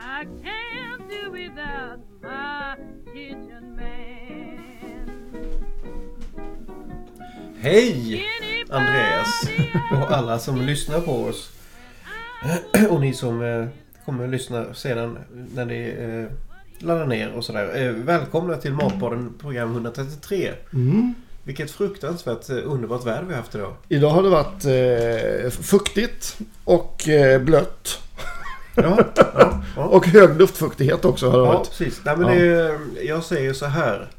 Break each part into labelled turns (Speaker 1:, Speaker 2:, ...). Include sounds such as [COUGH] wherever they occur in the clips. Speaker 1: I can't do without my kitchen man.
Speaker 2: Hej! Andreas och alla som lyssnar på oss. [CLEARS THROAT] Och ni som eh, kommer att lyssna sedan när ni eh, laddar ner och sådär. Eh, Välkomna till Matpodden program 133. Mm. Vilket fruktansvärt eh, underbart väder vi har haft idag.
Speaker 3: Idag har det varit eh, fuktigt och eh, blött.
Speaker 2: Ja, ja, ja.
Speaker 3: [LAUGHS] Och hög luftfuktighet också har det
Speaker 2: Ja,
Speaker 3: varit.
Speaker 2: precis. Nej, men
Speaker 3: Ja.
Speaker 2: det, är- jag säger så här.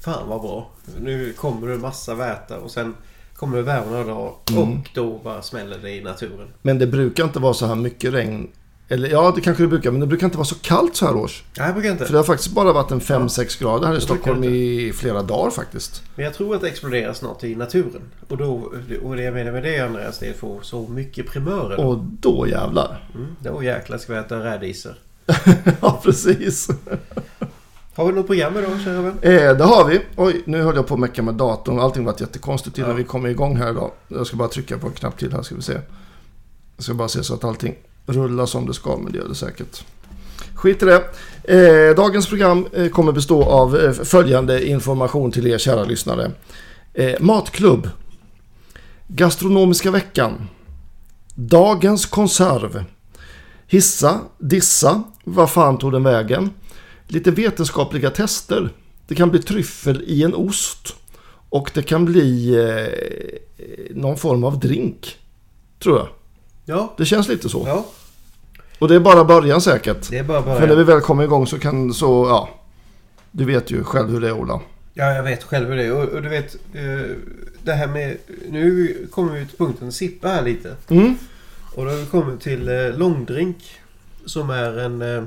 Speaker 2: Fan vad bra. Nu kommer det massa väta och sen kommer värmen idag och då bara smäller det i naturen.
Speaker 3: Men det brukar inte vara så här mycket regn. Eller ja, det kanske det brukar, men det brukar inte vara så kallt så här års.
Speaker 2: Nej, jag brukar inte.
Speaker 3: För det har faktiskt bara varit en 5-6 grader här i Stockholm
Speaker 2: inte.
Speaker 3: i flera dagar faktiskt.
Speaker 2: Men jag tror att det exploderar snart i naturen. Och, då, och det jag menar med det Andreas, det är att få så mycket primörer.
Speaker 3: Och då jävlar. [LAUGHS]
Speaker 2: Mm, då jäklar ska vi äta rädisor.
Speaker 3: ja, precis.
Speaker 2: Har vi något program idag kära vän?
Speaker 3: Eh, det har vi. Oj, nu höll jag på att mecka med datorn. Allting har varit jättekonstigt innan vi kommer igång här idag. Jag ska bara trycka på en knapp till här ska vi se. Jag ska bara se så att allting rullar som det ska, men det gör det säkert. Skit i det. Eh, dagens program eh, kommer bestå av eh, följande information till er kära lyssnare. Eh, matklubb. Gastronomiska veckan. Dagens konserv. Hissa, dissa, vad fan tog den vägen? Lite vetenskapliga tester. Det kan bli tryffel i en ost. Och det kan bli eh, någon form av drink. Tror jag.
Speaker 2: Ja.
Speaker 3: Det känns lite så.
Speaker 2: ja.
Speaker 3: Och det är bara början säkert.
Speaker 2: Det är bara
Speaker 3: För när vi
Speaker 2: början.
Speaker 3: väl kommer igång så kan så, ja. Du vet ju själv hur det är Ola.
Speaker 2: Ja, jag vet själv hur det är. Och, och du vet, eh, det här med... Nu kommer vi till punkten sippa här lite.
Speaker 3: Mm.
Speaker 2: Och då har vi kommit till eh, långdrink. Som är en... Eh,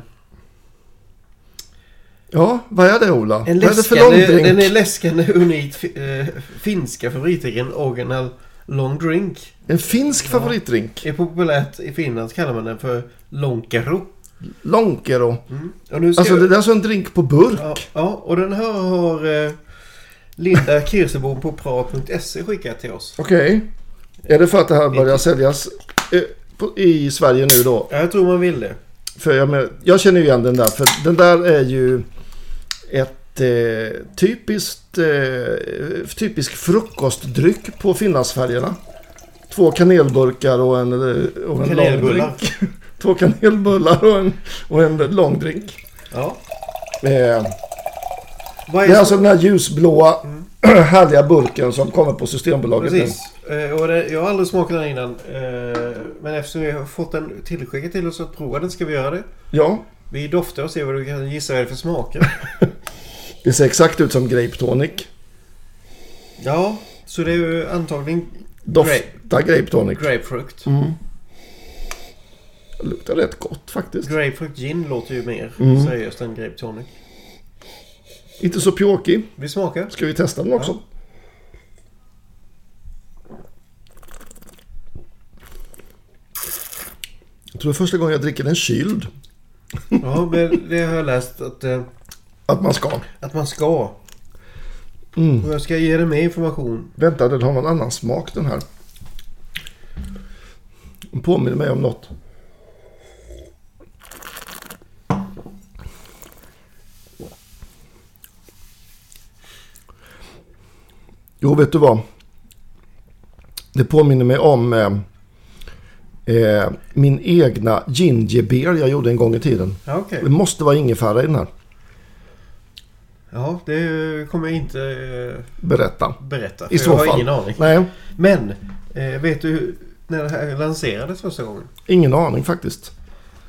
Speaker 3: Ja, vad är det Ola?
Speaker 2: en
Speaker 3: vad är det för
Speaker 2: läskande,
Speaker 3: långdrink?
Speaker 2: den är läskande unikt fi- eh, finska favoritdrinken Original Long Drink.
Speaker 3: En finsk favoritdrink.
Speaker 2: Är populärt i Finland så kallar man den för Lonkero.
Speaker 3: Lonkero.
Speaker 2: Och nu ska
Speaker 3: Alltså
Speaker 2: jag-
Speaker 3: det där är alltså en drink på burk.
Speaker 2: Mm. Ja, ja, och den här har eh, Linda Kirsebom på prat.se skickat till oss.
Speaker 3: Okej. Är det för att det här börjar säljas eh, på, i Sverige nu då?
Speaker 2: Ja, jag tror man vill det.
Speaker 3: För jag, men, jag känner ju igen den där, för den där är ju ett eh, typiskt, eh, typisk frukostdryck på Finlandsfärjorna. Två kanelburkar och en, eh, och en
Speaker 2: Kanelbullar.
Speaker 3: långdrink. [LAUGHS] Två kanelbullar och en, och en långdrink.
Speaker 2: Ja. Vad
Speaker 3: Eh,
Speaker 2: är
Speaker 3: det är
Speaker 2: det
Speaker 3: alltså den här ljusblåa [CLEARS THROAT] härliga burken som kommer på Systembolaget nu.
Speaker 2: Precis. Eh, och det, jag har aldrig smakat den innan. Eh, men eftersom vi har fått den tillskickad till oss att prova den ska vi göra det.
Speaker 3: Ja,
Speaker 2: Vi doftar och ser vad du kan gissa vad det är för
Speaker 3: [LAUGHS]
Speaker 2: smaker.
Speaker 3: det ser exakt ut som grape tonic.
Speaker 2: Ja, så det är ju antagligen
Speaker 3: Doftar grape tonic.
Speaker 2: grapefrukt.
Speaker 3: Mm. Luktar rätt gott faktiskt.
Speaker 2: Grapefrukt gin låter ju mer
Speaker 3: Mm.
Speaker 2: seriöst än grape tonic.
Speaker 3: Inte så pjåkig.
Speaker 2: Vi smakar.
Speaker 3: Ska vi testa den också? Jag tror det är första gången jag dricker den kyld.
Speaker 2: Ja, men det har jag läst att... Eh,
Speaker 3: Att man ska.
Speaker 2: Att man ska.
Speaker 3: Mm.
Speaker 2: Och jag ska ge dig mer information.
Speaker 3: Vänta, den har någon annan smak den här. Den påminner mig om något. Jo, vet du vad? Det påminner mig om eh, eh, min egna gingerbeer jag gjorde en gång i tiden.
Speaker 2: Ja, okej.
Speaker 3: Det måste vara ingefära i den här.
Speaker 2: Ja, det kommer jag inte eh,
Speaker 3: Berätta.
Speaker 2: berätta. För
Speaker 3: I så
Speaker 2: jag har
Speaker 3: fall.
Speaker 2: ingen aning.
Speaker 3: Nej,
Speaker 2: Men, eh, vet du hur- när det här lanserades första gången?
Speaker 3: ingen aning faktiskt.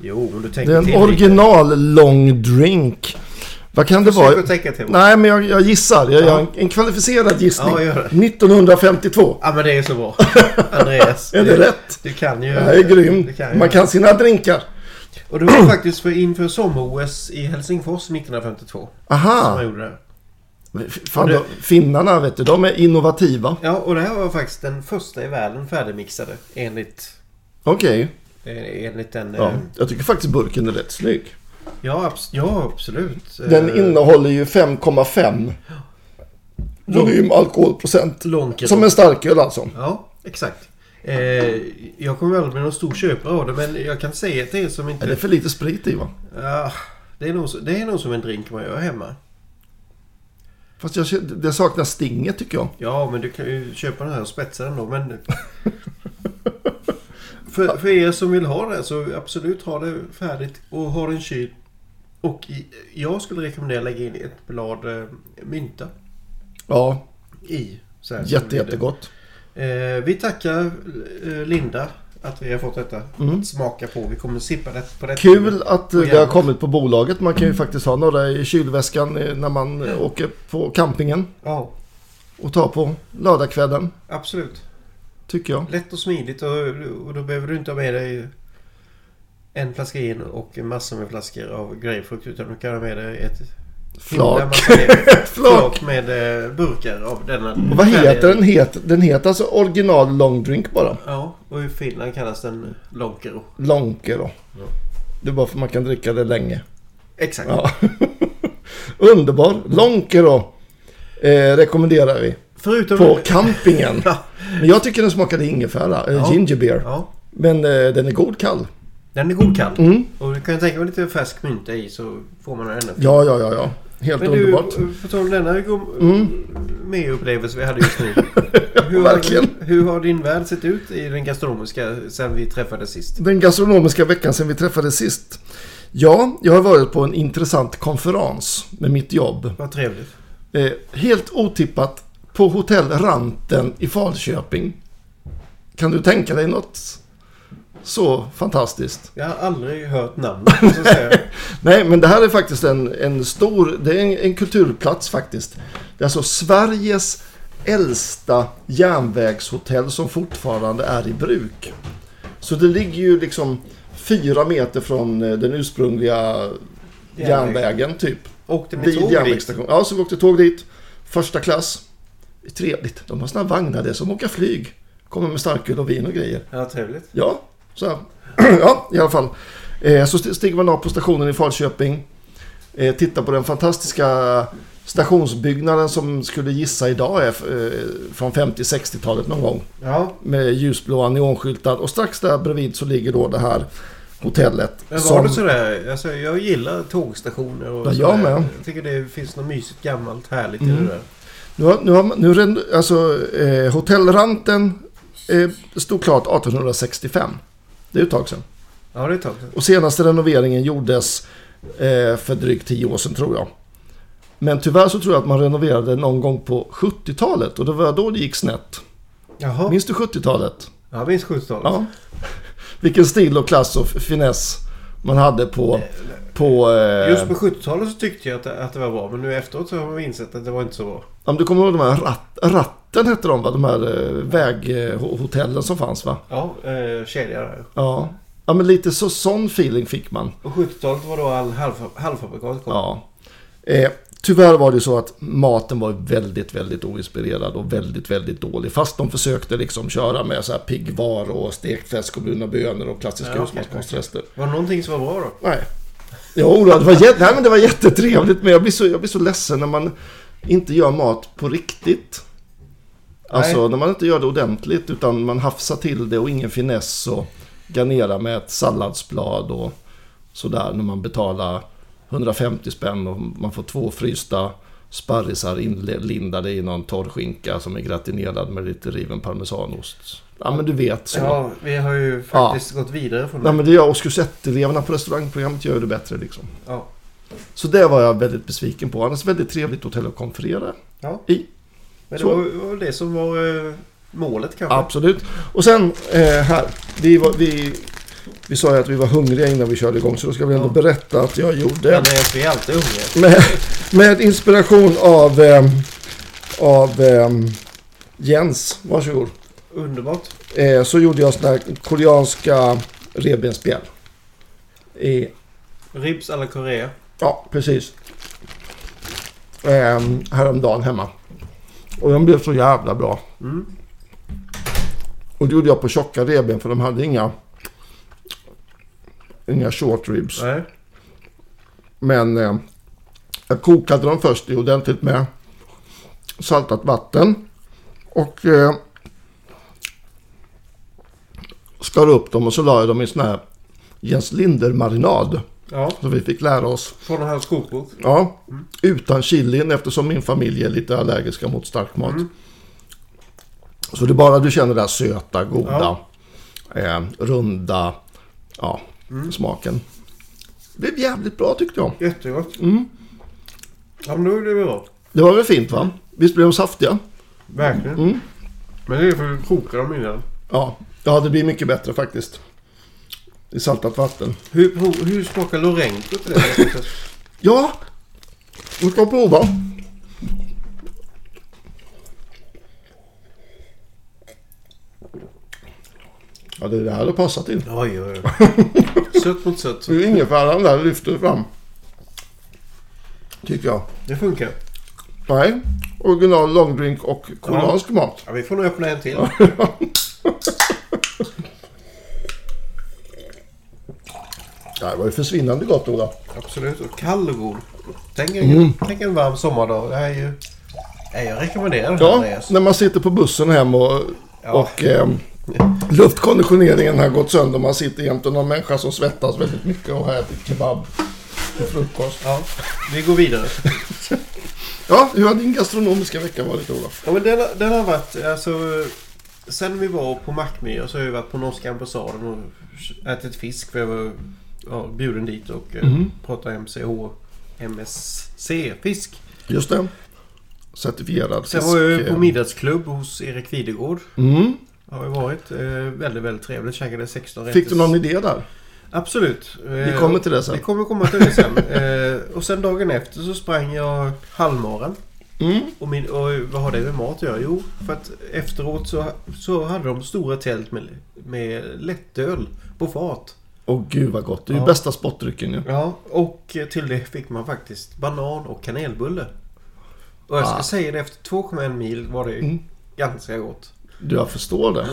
Speaker 2: Jo, om du
Speaker 3: Det
Speaker 2: tänker
Speaker 3: är en original long drink. Vad kan det
Speaker 2: Försök
Speaker 3: vara?
Speaker 2: att tänka till.
Speaker 3: Nej, men jag, jag gissar. Jag gör en, en kvalificerad gissning.
Speaker 2: Ja, gör
Speaker 3: 1952.
Speaker 2: Ja men det är så
Speaker 3: [LAUGHS]
Speaker 2: bra. Andreas.
Speaker 3: Är det
Speaker 2: du-
Speaker 3: rätt?
Speaker 2: Du kan ju.
Speaker 3: Det här är
Speaker 2: Du
Speaker 3: grym.
Speaker 2: kan ju.
Speaker 3: Man kan sina drinkar.
Speaker 2: Och det var faktiskt för inför sommar-OS i Helsingfors 1952. Som
Speaker 3: Aha!
Speaker 2: jag gjorde det. här.
Speaker 3: Fan, då, finnarna, vet du, de är innovativa.
Speaker 2: Ja och det här var faktiskt den första i världen färdigmixade. Enligt,
Speaker 3: Okej.
Speaker 2: eh, enligt den.
Speaker 3: Ja,
Speaker 2: eh,
Speaker 3: jag tycker faktiskt burken är rätt snygg.
Speaker 2: Ja, abs- ja absolut.
Speaker 3: Den
Speaker 2: Eh,
Speaker 3: innehåller ju 5,5 volym alkoholprocent.
Speaker 2: Långt.
Speaker 3: Som en starköl alltså.
Speaker 2: Ja, exakt. Eh, jag kommer aldrig bli någon stor köpare av det men jag kan säga till er som inte...
Speaker 3: Är det för lite sprit i va?
Speaker 2: Ah, det, är nog, så- det är nog som en drink man gör hemma.
Speaker 3: Fast jag, känner- det saknas stinget tycker jag.
Speaker 2: Ja, men du kan ju köpa den här och spetsa den då.
Speaker 3: [LAUGHS]
Speaker 2: Men... för, för er som vill ha det så absolut ha det färdigt och ha den kyld. Och i, jag skulle rekommendera att lägga in ett blad eh, mynta
Speaker 3: Ja,
Speaker 2: i. Så här,
Speaker 3: jätte, jättegott.
Speaker 2: Eh, vi tackar eh, Linda att vi har fått detta att smaka på. Vi kommer sippa det på detta.
Speaker 3: Mm. Kul att eh,
Speaker 2: Och
Speaker 3: det har
Speaker 2: gärna.
Speaker 3: kommit på bolaget. Man kan ju faktiskt ha några i kylväskan eh, när man eh, åker på campingen.
Speaker 2: Ja,
Speaker 3: Och ta på lördagskvällen,
Speaker 2: absolut.
Speaker 3: tycker jag.
Speaker 2: Lätt och smidigt och, och då behöver du inte ha med dig en flaska gin och massor med flaskor av grapefrukt utan du kan ha med dig ett himla
Speaker 3: Flak.
Speaker 2: massa med-
Speaker 3: [LAUGHS] Flak.
Speaker 2: flak med eh, burkar av denna.
Speaker 3: Och vad heter den? Het, den heter alltså original long drink bara.
Speaker 2: Ja, och i Finland kallas den Lonkero.
Speaker 3: Lonke då. Det är bara för man kan dricka det länge.
Speaker 2: Exakt.
Speaker 3: Ja. [LAUGHS] Underbar. Lonke då. Eh, rekommenderar vi.
Speaker 2: Förutom...
Speaker 3: På campingen.
Speaker 2: Ja.
Speaker 3: Men jag tycker den smakade ingefära. Eh,
Speaker 2: Ja.
Speaker 3: Ginger beer.
Speaker 2: Ja,
Speaker 3: Men eh, den är god kall.
Speaker 2: den är god kall.
Speaker 3: Mm.
Speaker 2: Och du kan ju tänka mig lite färsk mynta i så får man den ännu
Speaker 3: Ja, ja, ja, ja. Helt
Speaker 2: Men du,
Speaker 3: underbart.
Speaker 2: på tal om denna mm. medupplevelse vi hade just
Speaker 3: [LAUGHS]
Speaker 2: nu. hur,
Speaker 3: Verkligen.
Speaker 2: har, hur har din värld sett ut i den gastronomiska sen vi träffades sist?
Speaker 3: Den gastronomiska veckan sedan vi träffades sist. Ja, jag har varit på en intressant konferens med mitt jobb.
Speaker 2: Vad trevligt.
Speaker 3: Eh, helt otippat på hotell Ranten i Falköping. Kan du tänka dig något så fantastiskt?
Speaker 2: Jag har aldrig hört namnet. Så att säga.
Speaker 3: [LAUGHS] Nej, men det här är faktiskt en, en stor, det är en, en kulturplats faktiskt. Det är alltså Sveriges äldsta järnvägshotell som fortfarande är i bruk. Så det ligger ju liksom fyra meter från eh, den ursprungliga järnvägen typ.
Speaker 2: Åkte med
Speaker 3: Vid
Speaker 2: tåg dit.
Speaker 3: järnvägsstationen. Ja, så vi åkte tåg dit. Första klass. Det är Trevligt. De har såna vagnar där som åker flyg. Kommer med starköl och vin och grejer.
Speaker 2: Ja, trevligt.
Speaker 3: Ja, så här. [CLEARS THROAT] ja, i alla fall. Eh, så st- stiger man av på stationen i Falköping. Eh, tittar på den fantastiska stationsbyggnaden som skulle gissa idag är eh, från 50-60-talet någon gång.
Speaker 2: Ja,
Speaker 3: Med ljusblåa neonskyltar. Och strax där bredvid så ligger då det här hotellet.
Speaker 2: men var
Speaker 3: som-
Speaker 2: det sådär? Alltså, jag gillar tågstationer och
Speaker 3: Ja, jag
Speaker 2: sådär.
Speaker 3: med. Mm.
Speaker 2: Jag tycker det finns något mysigt gammalt härligt i det där.
Speaker 3: Nu har, nu har man- nu ren, alltså eh, hotellranten eh, stod klart 1865. Det är ju ett tag sedan.
Speaker 2: Ja, det är ett tag sedan.
Speaker 3: Och senaste renoveringen gjordes eh, för drygt 10 år sedan tror jag. Men tyvärr så tror jag att man renoverade någon gång på 70-talet och det var då det gick snett.
Speaker 2: Jaha.
Speaker 3: Minns du 70-talet?
Speaker 2: Ja, minst 70-talet.
Speaker 3: Ja. Vilken stil och klass och finess man hade på... på eh,
Speaker 2: Just på 70-talet så tyckte jag att det, att det var bra. Men nu efteråt så har man insett att det var inte så bra.
Speaker 3: Om du kommer ihåg de här rat, ratten hette de va? De här eh, väghotellen som fanns va?
Speaker 2: Ja, eh, kedja där.
Speaker 3: Ja. ja, men lite så, sån feeling fick man.
Speaker 2: Och 70-talet var då all halv, halvfabrikat kom.
Speaker 3: Ja. Eh, tyvärr var det så att maten var väldigt, väldigt oinspirerad och väldigt, väldigt dålig. Fast de försökte liksom köra med så här piggvar och stekt fläsk och bruna bönor och klassiska
Speaker 2: Ja,
Speaker 3: husmanskostrester.
Speaker 2: Var det någonting som var bra då?
Speaker 3: Nej. Jo, då, det var, jä- Nej, men det var jättetrevligt men jag blir, så, jag blir så ledsen när man inte gör mat på riktigt. Alltså
Speaker 2: Nej.
Speaker 3: när man inte gör det ordentligt utan man hafsar till det och ingen finess och garnerar med ett salladsblad och sådär när man betalar 150 spänn och man får två frysta sparrisar inlindade i någon torr skinka som är gratinerad med lite riven parmesanost. Ja men du vet så.
Speaker 2: Ja, vi har ju faktiskt gått vidare från
Speaker 3: Nej
Speaker 2: det.
Speaker 3: men det gör årskurs 1-eleverna på restaurangprogrammet gör det bättre liksom.
Speaker 2: Ja.
Speaker 3: Så det var jag väldigt besviken på. Annars väldigt trevligt hotell att konferera
Speaker 2: ja.
Speaker 3: i.
Speaker 2: Men det
Speaker 3: Så.
Speaker 2: var var det som var eh, målet kanske?
Speaker 3: Absolut. Och sen eh, här. Vi, var, vi Vi sa ju att vi var hungriga innan vi körde igång så då ska vi ändå
Speaker 2: Ja.
Speaker 3: berätta att jag gjorde.
Speaker 2: Men eh, vi är alltid unga.
Speaker 3: Med, med inspiration av, ehm, av ehm, Jens, varsågod.
Speaker 2: Underbart.
Speaker 3: Eh, så gjorde jag såna här koreanska revbensspjäll. I
Speaker 2: Ribs alla Korea.
Speaker 3: Ja, precis. Ehm, häromdagen hemma. Och de blev så jävla bra.
Speaker 2: Mm.
Speaker 3: Och det gjorde jag på tjocka revben för de hade inga... Inga short ribs.
Speaker 2: Nej.
Speaker 3: Men eh, jag kokade dem först i ordentligt med saltat vatten. Och eh, skar upp dem och så la jag dem i sån här Jens Linder-marinad.
Speaker 2: Ja,
Speaker 3: Som vi fick lära oss.
Speaker 2: från hans kokbok.
Speaker 3: Ja, utan chilin eftersom min familj är lite allergiska mot stark mat. Så det är bara du känner den där söta, goda, eh, runda ja, smaken. Det blev jävligt bra tyckte jag.
Speaker 2: Jättegott. Mm. Ja, men då är det bra.
Speaker 3: Det var väl fint va? Visst blev de saftiga?
Speaker 2: Verkligen. Men det är för att vi kokar dem innan.
Speaker 3: Ja, ja det blir mycket bättre faktiskt. I saltat vatten.
Speaker 2: Hur, prov- hur smakar Lorento [LAUGHS] till det?
Speaker 3: Ja, vi ska prova. Ja, det där hade passat in.
Speaker 2: oj, oj, oj. [LAUGHS] Sött mot sött.
Speaker 3: Så det är ingefäran där lyfter fram. Tycker jag.
Speaker 2: Det funkar.
Speaker 3: Nej, original långdrink och koreansk mat.
Speaker 2: Ja, vi får nog öppna en till.
Speaker 3: Det här var ju försvinnande gott Ola.
Speaker 2: Absolut. Och kall och god. Tänk en,
Speaker 3: Mm.
Speaker 2: tänk en varm sommardag. Det här är ju... Ja, jag rekommenderar den här
Speaker 3: Ja,
Speaker 2: Andreas.
Speaker 3: när man sitter på bussen hem och,
Speaker 2: Ja.
Speaker 3: och ehm, luftkonditioneringen har gått sönder. Man sitter jämte någon människa som svettas väldigt mycket och har ätit kebab till frukost.
Speaker 2: Ja, vi går vidare.
Speaker 3: Ja, hur har din gastronomiska vecka varit Olof?
Speaker 2: Ja, men den, har- den har varit, alltså... Sen vi var på Mackmyra så har jag varit på norska ambassaden och ätit fisk för jag var ja, bjuden dit och
Speaker 3: Mm-hmm.
Speaker 2: mm. pratade MCH, MSC-fisk.
Speaker 3: Just det. Certifierad
Speaker 2: Sen var jag ju
Speaker 3: fisk,
Speaker 2: på
Speaker 3: eh,
Speaker 2: middagsklubb hos Erik Videgård.
Speaker 3: Mm.
Speaker 2: Har jag varit. Eh, väldigt, väldigt trevligt. Käkade 16
Speaker 3: Fick du
Speaker 2: rätters-
Speaker 3: någon idé där?
Speaker 2: Absolut.
Speaker 3: Vi kommer till det sen.
Speaker 2: Vi kommer komma till det
Speaker 3: [LAUGHS]
Speaker 2: sen. Eh, och sen dagen efter så sprang jag halvmaran.
Speaker 3: Mm.
Speaker 2: Och, min, och vad har det med mat att göra? Jo, för att efteråt så, så hade de stora tält med, med lättöl på fat.
Speaker 3: Åh gud vad gott. Det är ju
Speaker 2: Ja.
Speaker 3: bästa sportdrycken ju.
Speaker 2: Ja, och till det fick man faktiskt banan och kanelbulle. Och jag ska
Speaker 3: Ah. Mm.
Speaker 2: säga det, efter 2,1 mil var det ganska gott.
Speaker 3: Du, jag förstår det.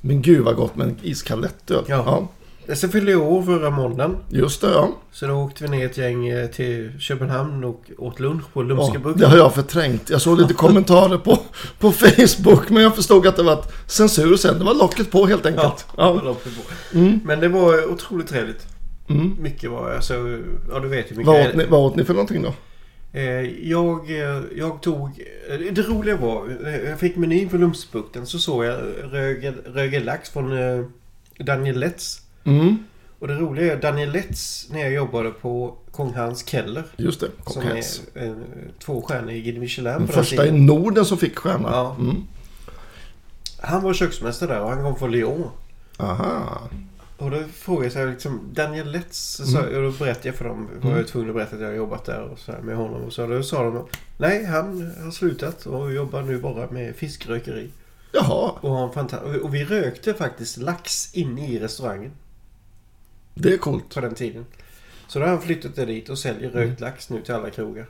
Speaker 3: Men gud vad gott med en iskall lättöl.
Speaker 2: Ja. Sen fyllde jag år förra måndagen.
Speaker 3: Just det ja.
Speaker 2: Så då åkte vi ner ett gäng eh, till Köpenhamn och åt lunch på
Speaker 3: ja.
Speaker 2: Lumskebruk.
Speaker 3: Det har jag förträngt. Jag såg lite kommentarer på, på Facebook men jag förstod att det var censur sen. Det var locket på helt
Speaker 2: Ja,
Speaker 3: enkelt.
Speaker 2: det
Speaker 3: Ja. Mm.
Speaker 2: var på. Men det var otroligt trevligt. Mycket var alltså, ja du vet ju mycket.
Speaker 3: Vad, åt Mm. ni, vad åt ni för någonting då?
Speaker 2: Eh, Jag, eh, jag tog, eh, det roliga var, eh, jag fick menyn för Lumsbukten så såg jag Rögel, Rögel lax från eh, Daniel Letts.
Speaker 3: Mm.
Speaker 2: Och det roliga är Daniel Letts när jag jobbade på Kong Hans Keller.
Speaker 3: Just det.
Speaker 2: Som
Speaker 3: Okay.
Speaker 2: är eh, två stjärnor i Guide Michelin.
Speaker 3: Den
Speaker 2: på den
Speaker 3: första i
Speaker 2: tiden.
Speaker 3: Norden som fick stjärna.
Speaker 2: Ja.
Speaker 3: Mm.
Speaker 2: Han var köksmästare där och han kom från Lyon.
Speaker 3: Aha.
Speaker 2: Och då frågade jag så här, liksom, Daniel Letts, så, och då berättade jag för dem, var jag tvungen att berätta att jag har jobbat där och så här med honom. Och så då sa de, nej han har slutat och jobbar nu bara med fiskrökeri.
Speaker 3: Jaha.
Speaker 2: Och, har en fanta- och vi rökte faktiskt lax inne i restaurangen
Speaker 3: Det är coolt.
Speaker 2: på den tiden. Så då har han flyttat det dit och säljer rökt lax nu till alla krogar.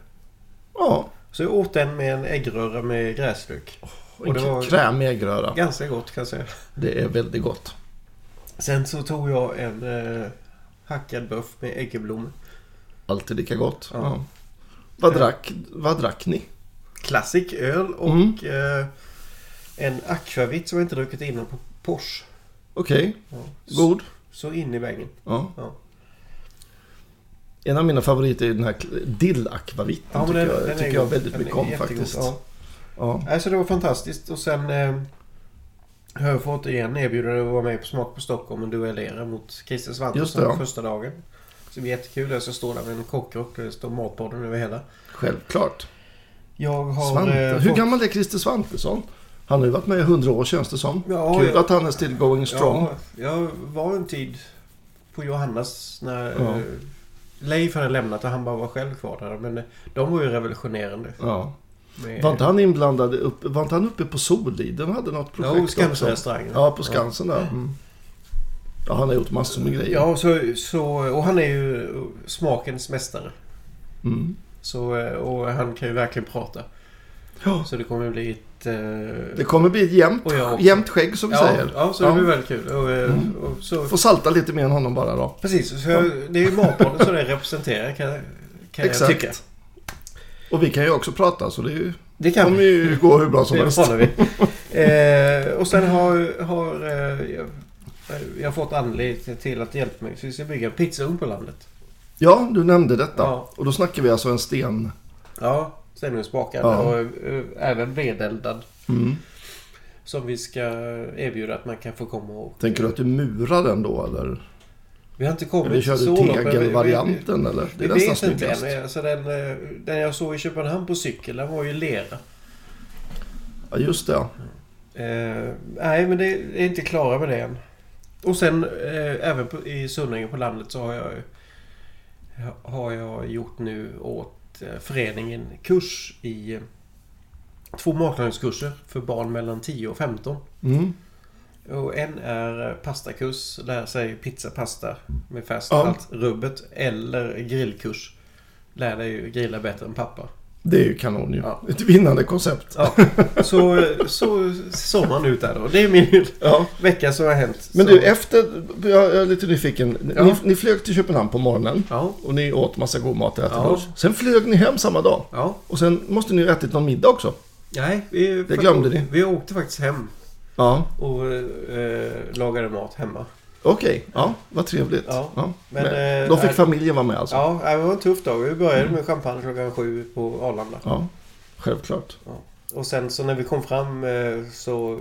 Speaker 3: Ja.
Speaker 2: Så jag åt den med en äggröra med gräslök.
Speaker 3: En
Speaker 2: Och det var
Speaker 3: krämig äggröra.
Speaker 2: ganska gott kan jag säga.
Speaker 3: Det är väldigt gott.
Speaker 2: Sen så tog jag en eh, hackad böff med äggeblom.
Speaker 3: Alltid lika gott. Ja.
Speaker 2: Ja.
Speaker 3: Vad, drack, vad drack ni?
Speaker 2: Classic öl och
Speaker 3: Mm.
Speaker 2: eh, en akvavit som jag inte druckit innan på Porsche.
Speaker 3: Okej.
Speaker 2: Ja.
Speaker 3: God.
Speaker 2: Så in i väggen.
Speaker 3: Ja.
Speaker 2: Ja.
Speaker 3: En av mina favoriter är den här kl- dillakvaviten.
Speaker 2: Ja, men
Speaker 3: tycker
Speaker 2: den-
Speaker 3: jag,
Speaker 2: den är
Speaker 3: tycker jag
Speaker 2: god.
Speaker 3: väldigt
Speaker 2: Den
Speaker 3: mycket
Speaker 2: är
Speaker 3: om
Speaker 2: jättegod,
Speaker 3: faktiskt.
Speaker 2: ja.
Speaker 3: Ja.
Speaker 2: Alltså det var fantastiskt och sen eh, har jag fått igen erbjudande att vara med på Smak på Stockholm och duellera mot Christer
Speaker 3: Just det,
Speaker 2: Svantesson
Speaker 3: ja.
Speaker 2: första dagen. Så det var jättekul. Jag ska stå där med en kockrock och det står Matpodden över hela.
Speaker 3: Självklart.
Speaker 2: Jag har...
Speaker 3: Svante.
Speaker 2: eh,
Speaker 3: Hur
Speaker 2: fått-
Speaker 3: gammal är Christer Svantesson? Han har ju varit med i 100 år känns det som.
Speaker 2: Ja,
Speaker 3: Kul
Speaker 2: ja.
Speaker 3: att han är still going strong.
Speaker 2: Ja, jag var en tid på Johannes när
Speaker 3: Ja.
Speaker 2: eh, Leif hade lämnat och han bara var själv kvar där. Men eh, de var ju revolutionerande.
Speaker 3: Ja.
Speaker 2: Med,
Speaker 3: Var inte han inblandad upp, var inte han uppe på Soliden och hade något projekt
Speaker 2: Jo,
Speaker 3: också?
Speaker 2: Skansen-restaurangen.
Speaker 3: Ja, på Skansen där. Mm. Ja, han har gjort massor med grejer.
Speaker 2: Ja, så, så, och han är ju smakens mästare.
Speaker 3: Mm.
Speaker 2: Så, eh, och han kan ju verkligen prata.
Speaker 3: Ja.
Speaker 2: Så det kommer ju bli ett... eh,
Speaker 3: Det kommer bli ett jämnt,
Speaker 2: Och jag också.
Speaker 3: jämnt skägg som vi
Speaker 2: ja,
Speaker 3: säger.
Speaker 2: Ja, så det blir väldigt kul. Och, eh, och så,
Speaker 3: Mm. Får salta lite mer än honom bara då.
Speaker 2: precis, så jag, det är ju Matpodden som det representerar kan, kan jag
Speaker 3: Exakt.
Speaker 2: tycka.
Speaker 3: Och vi kan ju också prata så det är ju,
Speaker 2: Det kan
Speaker 3: kommer
Speaker 2: vi. [LAUGHS]
Speaker 3: ju gå hur bra som
Speaker 2: Det
Speaker 3: helst. [LAUGHS]
Speaker 2: håller vi. Eh, och sen har, har eh, jag, jag har fått Anli till att hjälpa mig. Så vi ska bygga en pizzaugn på landet.
Speaker 3: Ja, du nämnde detta.
Speaker 2: Ja.
Speaker 3: Och då snackar vi alltså en sten.
Speaker 2: Ja, stämningsbakad
Speaker 3: Ja. Mm.
Speaker 2: och eh, även vedeldad. Som vi ska erbjuda att man kan få komma och...
Speaker 3: Tänker du att du murar den då eller?
Speaker 2: Vi har inte
Speaker 3: Eller
Speaker 2: kommit
Speaker 3: kör du
Speaker 2: så långt, men vi- vi-
Speaker 3: tegelvarianten eller?
Speaker 2: Vi vet inte än. Alltså den, eh, den jag såg i Köpenhamn på cykel, den var ju lera.
Speaker 3: Ja, just det. ja.
Speaker 2: Eh, nej, men det är inte klara med det än. Och sen eh, även på, i Sunninge på landet så har jag, har jag gjort nu åt eh, föreningen kurs i eh, två matlagningskurser för barn mellan 10 och 15.
Speaker 3: Mm.
Speaker 2: Och en är eh, pastakurs, lära sig pizza, pasta med färskt
Speaker 3: Ja.
Speaker 2: allt rubbet. Eller grillkurs, lär dig grilla bättre än pappa.
Speaker 3: Det är ju kanon ju.
Speaker 2: Ja.
Speaker 3: Ett vinnande koncept.
Speaker 2: Ja, så, eh, så sommaren ut där då. Det är min
Speaker 3: Ja.
Speaker 2: vecka som har hänt.
Speaker 3: Men
Speaker 2: så.
Speaker 3: du, efter... Jag är lite nyfiken. Ni,
Speaker 2: Ja.
Speaker 3: ni flög till Köpenhamn på morgonen.
Speaker 2: Ja.
Speaker 3: Och ni åt massa god mat och ätit
Speaker 2: Ja.
Speaker 3: lunch. Sen flög ni hem samma dag.
Speaker 2: Ja,
Speaker 3: Och sen måste ni ha ätit någon middag också.
Speaker 2: nej. Vi,
Speaker 3: Det glömde ni.
Speaker 2: Vi åkte faktiskt hem
Speaker 3: Ja.
Speaker 2: och eh, lagade mat hemma.
Speaker 3: Okej. Ja, vad trevligt.
Speaker 2: Ja. Men,
Speaker 3: Men,
Speaker 2: eh,
Speaker 3: då fick
Speaker 2: är-
Speaker 3: familjen vara med alltså?
Speaker 2: Ja, det var en tuff dag. Vi började med champagne klockan sju på Arlanda.
Speaker 3: Ja, Självklart.
Speaker 2: Ja. Och sen så när vi kom fram eh, så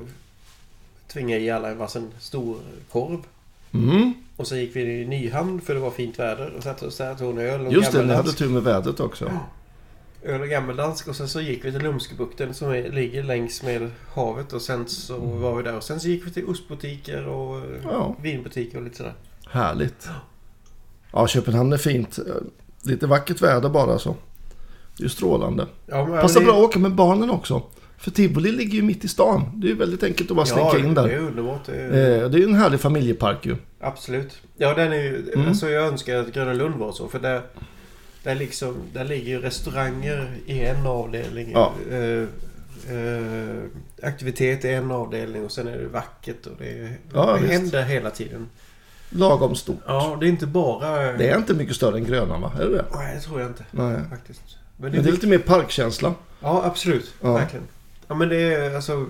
Speaker 2: tvingade jag i alla en varsin stor korv.
Speaker 3: Mm.
Speaker 2: Och sen gick vi i Nyhamn för det var fint väder och satte oss där och tog en öl och
Speaker 3: Just det, ni hade
Speaker 2: gammeldansk.
Speaker 3: typ- tur med vädret också.
Speaker 2: öl och gammeldansk och sen så gick vi till Lumskebukten som är, ligger längs med havet och sen så var vi där och sen så gick vi till ostbutiker och eh,
Speaker 3: Ja.
Speaker 2: vinbutiker och lite sådär.
Speaker 3: Härligt. Ja, Köpenhamn är fint. Eh, Lite vackert väder bara så. Det är ju strålande.
Speaker 2: Ja, men
Speaker 3: Passar
Speaker 2: det-
Speaker 3: bra att åka med barnen också. För Tivoli ligger ju mitt i stan. Det är ju väldigt enkelt att bara slinka in
Speaker 2: det är
Speaker 3: där.
Speaker 2: underbart. Det är,
Speaker 3: Eh, Det är ju en härlig familjepark ju.
Speaker 2: Absolut. Ja, den är ju...
Speaker 3: Mm.
Speaker 2: Alltså jag önskar att Gröna Lund var så. För där, där, liksom, där ligger ju restauranger i en avdelning.
Speaker 3: Ja.
Speaker 2: Eh, eh, aktivitet i en avdelning och sen är det vackert och det,
Speaker 3: Ja,
Speaker 2: det
Speaker 3: visst.
Speaker 2: händer hela tiden.
Speaker 3: Lagom stor.
Speaker 2: Ja, och det är inte bara...
Speaker 3: Det är inte mycket större än Grönan va? Är det det?
Speaker 2: Nej, det tror jag inte.
Speaker 3: Nej.
Speaker 2: Faktiskt.
Speaker 3: Men det är lite mer parkkänsla.
Speaker 2: Ja, absolut.
Speaker 3: Ja.
Speaker 2: Verkligen. Ja, men det är alltså...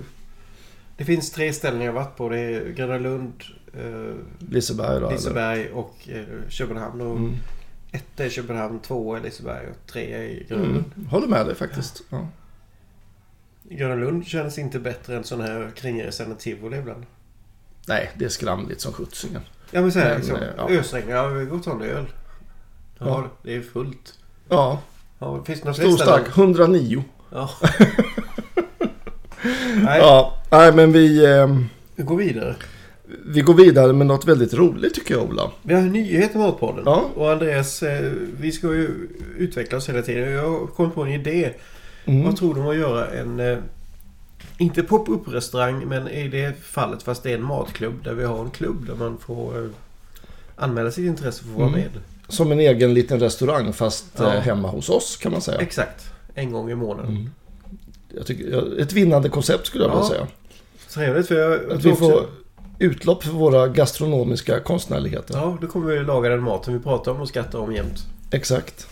Speaker 2: Det finns tre ställen jag har varit på. Det är Gröna Lund, eh,
Speaker 3: Liseberg då? eller? Mm.
Speaker 2: Liseberg och eh, Köpenhamn. Och Ett är Köpenhamn, två är Liseberg och tre är Grönlund.
Speaker 3: Mm. Håller med dig faktiskt. Ja.
Speaker 2: Grönlund känns inte bättre än sån här kringresande tivoli ibland.
Speaker 3: Nej, det är skramligt som sjuttsingen.
Speaker 2: Ja men så här
Speaker 3: Men,
Speaker 2: liksom.
Speaker 3: eh, ja.
Speaker 2: Ösregn, ja vi går och tar en öl. Ja,
Speaker 3: Ja.
Speaker 2: det är fullt.
Speaker 3: Ja,
Speaker 2: Ja, finns det några
Speaker 3: stor
Speaker 2: fler ställen?
Speaker 3: stark. 109. [LAUGHS]
Speaker 2: Ja. Nej,
Speaker 3: Ja, nej men vi, ehm,
Speaker 2: vi går vidare.
Speaker 3: vi går vidare med något väldigt roligt tycker jag Ola.
Speaker 2: Vi har en nyhet i Matpodden.
Speaker 3: Ja.
Speaker 2: Och Andreas, eh, vi ska ju utveckla oss hela tiden. Jag kom på en idé.
Speaker 3: Mm.
Speaker 2: Vad tror du om att göra en... eh, Inte pop-up restaurang men i det fallet fast det är en matklubb där vi har en klubb där man får eh, anmäla sitt intresse för att
Speaker 3: Mm.
Speaker 2: vara med.
Speaker 3: Som en egen liten restaurang fast
Speaker 2: Ja.
Speaker 3: eh, hemma hos oss kan man säga.
Speaker 2: Exakt. En gång i månaden.
Speaker 3: Mm. Jag tycker, ja, ett vinnande koncept skulle jag
Speaker 2: Ja.
Speaker 3: vilja säga.
Speaker 2: Trevligt för jag, jag
Speaker 3: Att vi
Speaker 2: tror
Speaker 3: får
Speaker 2: också,
Speaker 3: utlopp för våra gastronomiska konstnärligheter.
Speaker 2: Ja, då kommer vi laga den maten vi pratar om och skrattar om jämt.
Speaker 3: Exakt.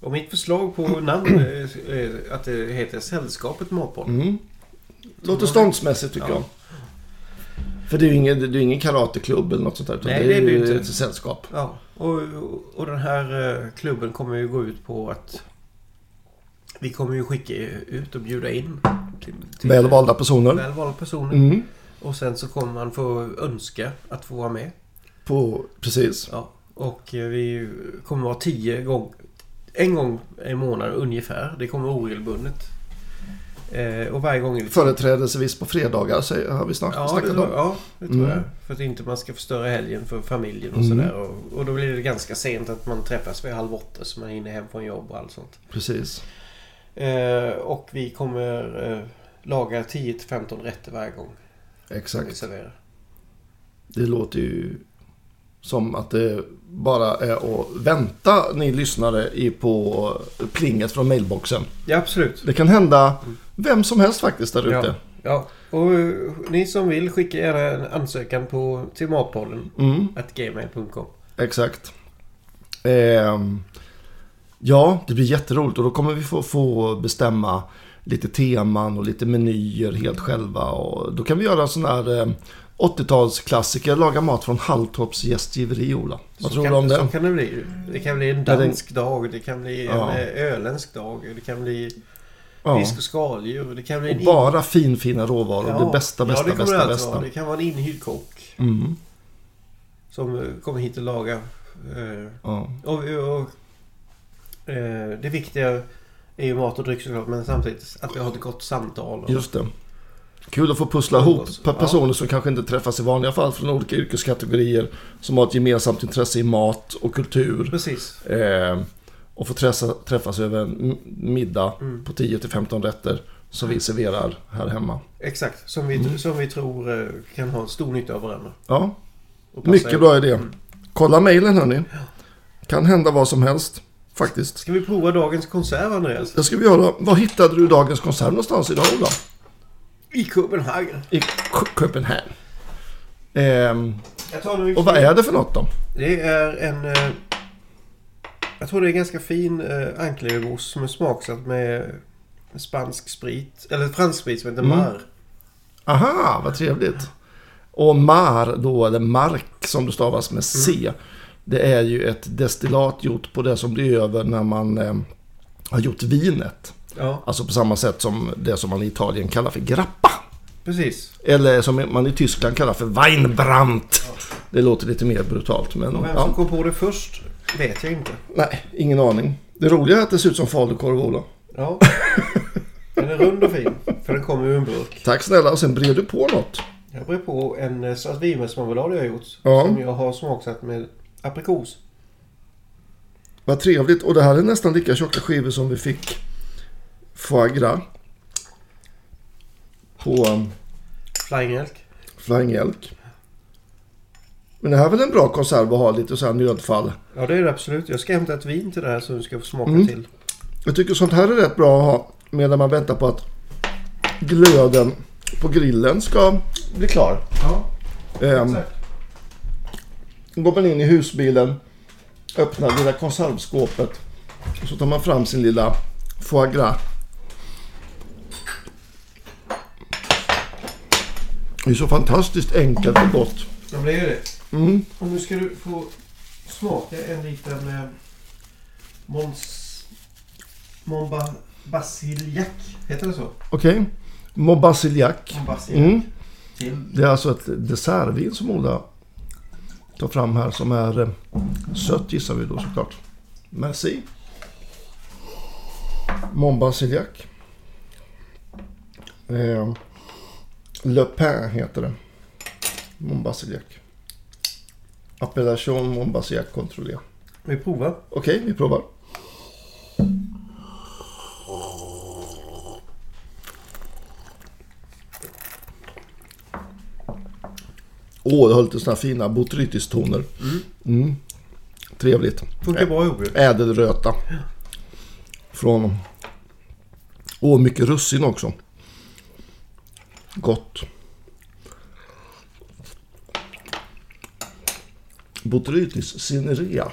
Speaker 2: Och mitt förslag på
Speaker 3: [CLEARS THROAT]
Speaker 2: namn är är att det heter Sällskapet Matpodden.
Speaker 3: Låter ståndsmässigt tycker jag. För det är ju ingen, det är ju ingen karateklubb eller något sånt där. utan
Speaker 2: Nej, det är det ju
Speaker 3: ju
Speaker 2: inte.
Speaker 3: ett sällskap.
Speaker 2: Ja, och, och den här eh, klubben kommer ju gå ut på att vi kommer ju skicka ut och bjuda in till, till
Speaker 3: Välvalda personer.
Speaker 2: välvalda personer.
Speaker 3: Mm.
Speaker 2: Och sen så kommer man få önska att få vara med.
Speaker 3: På, precis.
Speaker 2: Ja. Och eh, vi kommer vara tio gång, en gång i månaden ungefär. Det kommer vara oregelbundet. Eh, och varje gång... är det-
Speaker 3: Företrädelsevis på fredagar säger- har vi snart
Speaker 2: Ja, det,
Speaker 3: snackat om.
Speaker 2: ja, det tror
Speaker 3: Mm.
Speaker 2: jag. För att inte man ska förstöra helgen för familjen och
Speaker 3: Mm.
Speaker 2: sådär. Och, och då blir det ganska sent att man träffas vid halv åtta så man hinner hem från jobb och allt sånt.
Speaker 3: Precis.
Speaker 2: Eh, och vi kommer eh, laga 10-15 rätter varje gång som vi
Speaker 3: Exakt.
Speaker 2: serverar.
Speaker 3: Det låter ju som att det bara är att vänta ni lyssnare i på plinget från mailboxen.
Speaker 2: Ja, absolut.
Speaker 3: Det kan hända vem som helst faktiskt där ute.
Speaker 2: Ja, och eh, ni som vill skicka gärna en ansökan på, till Matpodden.
Speaker 3: Mm.
Speaker 2: Att gmail.com.
Speaker 3: Exakt. Ehm, ja, det blir jätteroligt och då kommer vi få, få bestämma lite teman och lite menyer helt själva. Och då kan vi göra en sån här eh, 80-talsklassiker, laga mat från Halltorps gästgiveri, Ola. Vad
Speaker 2: Så
Speaker 3: tror
Speaker 2: kan,
Speaker 3: du om
Speaker 2: Så
Speaker 3: det?
Speaker 2: kan det bli. Det kan bli en
Speaker 3: Ja, det-
Speaker 2: dansk dag. Det kan bli
Speaker 3: Ja.
Speaker 2: en eh, öländsk dag. Det kan bli
Speaker 3: Ja.
Speaker 2: fisk och skaldjur. Det kan bli en
Speaker 3: Och bara fin, fina råvaror.
Speaker 2: Ja,
Speaker 3: Det bästa, bästa,
Speaker 2: ja, det kommer det
Speaker 3: bästa,
Speaker 2: alltså vara.
Speaker 3: bästa.
Speaker 2: Det kan vara en inhyrd kock.
Speaker 3: Mm,
Speaker 2: Som eh, kommer hit och lagar. eh,
Speaker 3: ja.
Speaker 2: Och, och, eh, det viktiga är ju mat och dryck såklart. Men samtidigt att vi har ett gott samtal. Och,
Speaker 3: Just det. Kul att få pussla
Speaker 2: Ja,
Speaker 3: ihop
Speaker 2: ja.
Speaker 3: personer som kanske inte träffas i vanliga fall från olika yrkeskategorier. Som har ett gemensamt intresse i mat och kultur.
Speaker 2: Precis.
Speaker 3: Eh, och får träffa, träffas över en m- middag på 10-15 rätter som vi serverar här hemma.
Speaker 2: Exakt. Som vi,
Speaker 3: Mm.
Speaker 2: som vi tror eh, kan ha stor nytta av varandra.
Speaker 3: Ja,
Speaker 2: Och passa
Speaker 3: mycket
Speaker 2: ihop.
Speaker 3: bra idé. Kolla mejlen hörni. Kan hända vad som helst, faktiskt.
Speaker 2: Ska vi prova dagens konserv Andreas?
Speaker 3: Det ska vi göra. Var hittade du dagens konsert någonstans idag Ola?
Speaker 2: I Copenhagen.
Speaker 3: I K- Köpenhamn. Ehm,
Speaker 2: Jag tar nu
Speaker 3: och vad är det för något då?
Speaker 2: Det är en... eh, Jag tror det är en ganska fin eh, anklevermousse som är smaksatt med spansk sprit. Eller fransk sprit som heter
Speaker 3: Mm.
Speaker 2: Mar.
Speaker 3: Aha, vad trevligt. Och mar då, eller mark som det stavas med C.
Speaker 2: Mm.
Speaker 3: Det är ju ett destillat gjort på det som blir över när man eh, har gjort vinet.
Speaker 2: Ja,
Speaker 3: Alltså på samma sätt som det som man i Italien kallar för grappa.
Speaker 2: precis.
Speaker 3: Eller som man i Tyskland kallar för Weinbrand. Det låter lite mer brutalt men...
Speaker 2: Och vem som
Speaker 3: Ja,
Speaker 2: kom på det först vet jag inte.
Speaker 3: nej, ingen aning. Det roliga är att det ser ut som falukorv Ola. [LAUGHS]
Speaker 2: Ja. Den är rund och fin. För den kommer ur en burk.
Speaker 3: Tack snälla och sen brer du på något.
Speaker 2: Jag brer på en eh, satt vinbärsmarmelad jag har gjort.
Speaker 3: Ja.
Speaker 2: Som jag har smaksatt med aprikos.
Speaker 3: Vad trevligt. Och det här är nästan lika tjocka skivor som vi fick foie gras på um,
Speaker 2: Flying Elk.
Speaker 3: Flying Elk. Men det här är väl en bra konserv att ha lite så här nödfall.
Speaker 2: Ja det är det absolut. Jag ska hämta ett vin till det här som du ska få smaka
Speaker 3: Mm.
Speaker 2: till.
Speaker 3: Jag tycker sånt här är rätt bra att ha medan man väntar på att glöden på grillen ska bli klar.
Speaker 2: Ja,
Speaker 3: Um, går man in i husbilen, öppnar lilla konservskåpet och så tar man fram sin lilla foie gras. Det är så fantastiskt enkelt och gott.
Speaker 2: Det blir ju det. Och nu ska du få smaka en liten eh, Mons... Momba Basiljak. Heter det så?
Speaker 3: Okej. Mont Basillac.
Speaker 2: Mon Basiljak.
Speaker 3: Mm.
Speaker 2: Till.
Speaker 3: Det är alltså ett dessertvin som Ola tar fram här som är eh, sött gissar vi då såklart. Merci. Mont Basillac. Eh, Le Pin heter det. Mont Basillac. Appellation Mont Basillac contrôlé.
Speaker 2: Vi provar.
Speaker 3: Okej, vi provar. Åh, det har lite sådana fina botrytistoner. Mm. Trevligt.
Speaker 2: Funkar bra ihop ju.
Speaker 3: Ädelröta. Från... Åh, mycket russin också. Gott. Botrytis cinerea.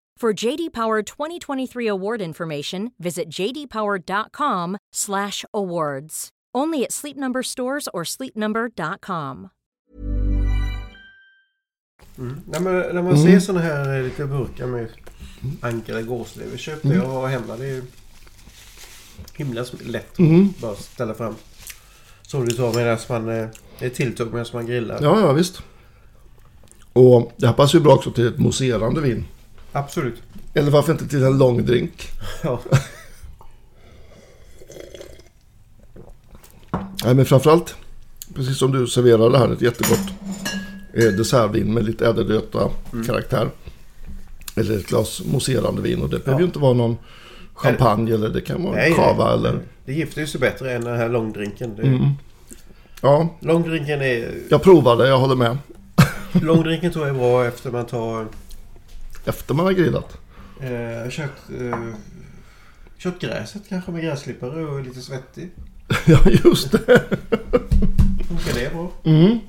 Speaker 4: For JD Power 2023 award information, visit jdpower.com/awards. Only at Sleep Number stores or sleepnumber.com.
Speaker 2: Mm. När man, när man ser sådana här eh, lite burkar med anka eller gåslever köpte jag och har hemma. Det är ju himla sm- lätt att bara ställa fram. Som du sa medan man... eh, Det är tilltugg medan man grillar.
Speaker 3: Ja, ja visst. Och det här passar ju bra också till ett mousserande vin.
Speaker 2: Absolut. [LAUGHS]
Speaker 3: Eller varför inte till en lång drink?
Speaker 2: Ja.
Speaker 3: Nej, men framförallt, precis som du serverade här, ett jättegott eh, dessertvin med lite ädelröta
Speaker 2: Mm.
Speaker 3: karaktär. Eller ett glas mousserande vin och det behöver ju inte vara någon champagne eller det kan vara
Speaker 2: Nej,
Speaker 3: en cava
Speaker 2: nej.
Speaker 3: eller...
Speaker 2: Det gifter ju sig bättre än den här långdrinken. Det,
Speaker 3: Ja,
Speaker 2: Långdrinken är...
Speaker 3: jag provade, jag håller med.
Speaker 2: Långdrinken tror jag är bra efter man tar
Speaker 3: Efter man har grillat. [LAUGHS]
Speaker 2: eh, kött... Eh, köttgräset kanske med gräsklippare och är lite svettig.
Speaker 3: ja, just det.
Speaker 2: Funkar det bra?
Speaker 3: Mm.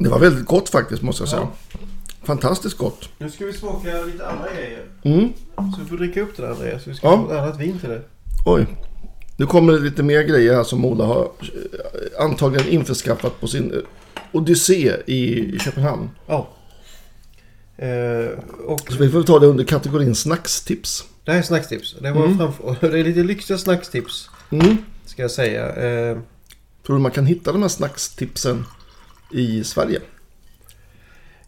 Speaker 3: Det var väldigt gott faktiskt måste jag säga.
Speaker 2: Ja.
Speaker 3: Fantastiskt gott.
Speaker 2: Nu ska vi smaka lite andra grejer.
Speaker 3: Mm.
Speaker 2: Så du får dricka upp det där Andreas. Vi ska
Speaker 3: Ja.
Speaker 2: få ett annat vin till det.
Speaker 3: Oj. Nu kommer det lite mer grejer här som Ola har eh, antagligen införskaffat på sin eh, odyssé i Köpenhamn.
Speaker 2: Ja. Eh, och
Speaker 3: Så vi får väl ta det under kategorin snackstips.
Speaker 2: det här är snackstips. Det, var
Speaker 3: Mm.
Speaker 2: framför, [LAUGHS] det är lite lyxiga snackstips. Ska jag säga. Eh,
Speaker 3: Tror du man kan hitta de här snackstipsen i Sverige?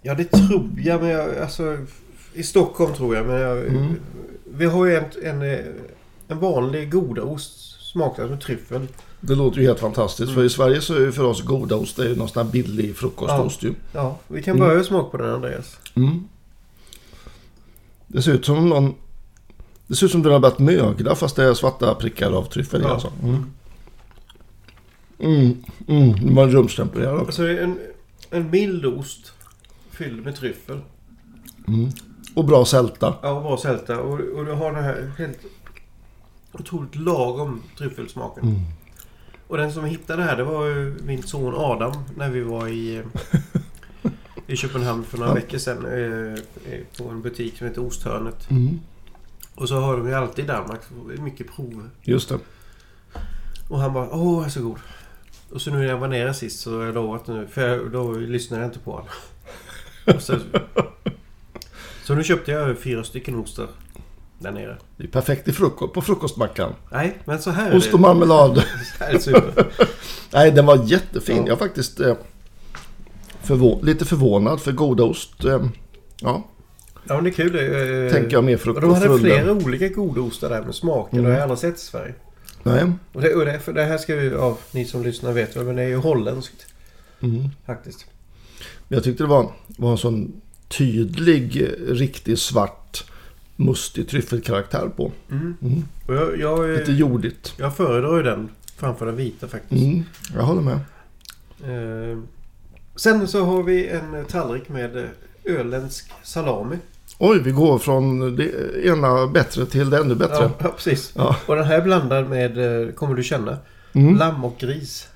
Speaker 2: ja det tror jag men jag, alltså. I Stockholm tror jag men jag, Vi har ju en, en, eh, en vanlig godaost. Smaksatt med alltså tryffel.
Speaker 3: Det låter ju helt fantastiskt. För i Sverige så är ju för oss godaost det är ju någon sån här billig frukostost ju.
Speaker 2: Mm. Ja, vi kan börja smaka på den Andreas.
Speaker 3: Det ser ut som någon... Det ser ut som den har börjat mögla fast det är svarta prickar av tryffel i
Speaker 2: Ja.
Speaker 3: alltså. Mm. Mm, mm, det var en rumstempererad också.
Speaker 2: Alltså det är en, en mild ost. Fylld med tryffel.
Speaker 3: Och bra sälta.
Speaker 2: Ja, bra sälta. Och, och du har den här helt otroligt lagom tryffelsmaken. Och den som hittade det här det var ju min son Adam när vi var i, eh, i Köpenhamn för några veckor sedan. eh, eh, På en butik som heter Osthörnet. Och så har de ju alltid i Danmark mycket prov.
Speaker 3: Just det.
Speaker 2: Och han bara åh, jag är så god. Och så nu när jag var nere sist så har jag lovat nu, för jag, då lyssnade jag inte på
Speaker 3: [LAUGHS]
Speaker 2: honom. Och så, så nu köpte jag fyra stycken ostar där nere.
Speaker 3: Det är perfekt i frukost, på frukostmackan.
Speaker 2: Nej, men så här
Speaker 3: Ost
Speaker 2: är
Speaker 3: och
Speaker 2: det. [LAUGHS]
Speaker 3: marmelad.
Speaker 2: Så här är det super.
Speaker 3: Nej, den var jättefin. Jag är faktiskt eh, förvå- lite förvånad för godaost. Eh, ja,
Speaker 2: Ja, men det är kul. det. Eh,
Speaker 3: tänker jag mer
Speaker 2: och de hade flera
Speaker 3: frukostrunda.
Speaker 2: olika goda ostar där med smaker. Det har jag
Speaker 3: Mm.
Speaker 2: aldrig sett i Sverige.
Speaker 3: Nej,
Speaker 2: Och det, och det, för det här ska ju, ja, ni som lyssnar vet väl, men det är ju holländskt.
Speaker 3: Mm.
Speaker 2: Faktiskt.
Speaker 3: jag tyckte det var, var en sån tydlig, eh, riktig svart, mustig tryffelkaraktär på.
Speaker 2: Mm. Och jag, jag, eh,
Speaker 3: Lite jordigt.
Speaker 2: jag föredrar ju den framför den vita faktiskt.
Speaker 3: Mm, jag håller med.
Speaker 2: Eh, sen så har vi en tallrik med eh, öländsk salami.
Speaker 3: Oj, vi går från det ena bättre till det ännu bättre.
Speaker 2: Ja, ja, precis.
Speaker 3: Ja. Mm.
Speaker 2: Och den här blandad med, eh, kommer du känna, lamm och gris.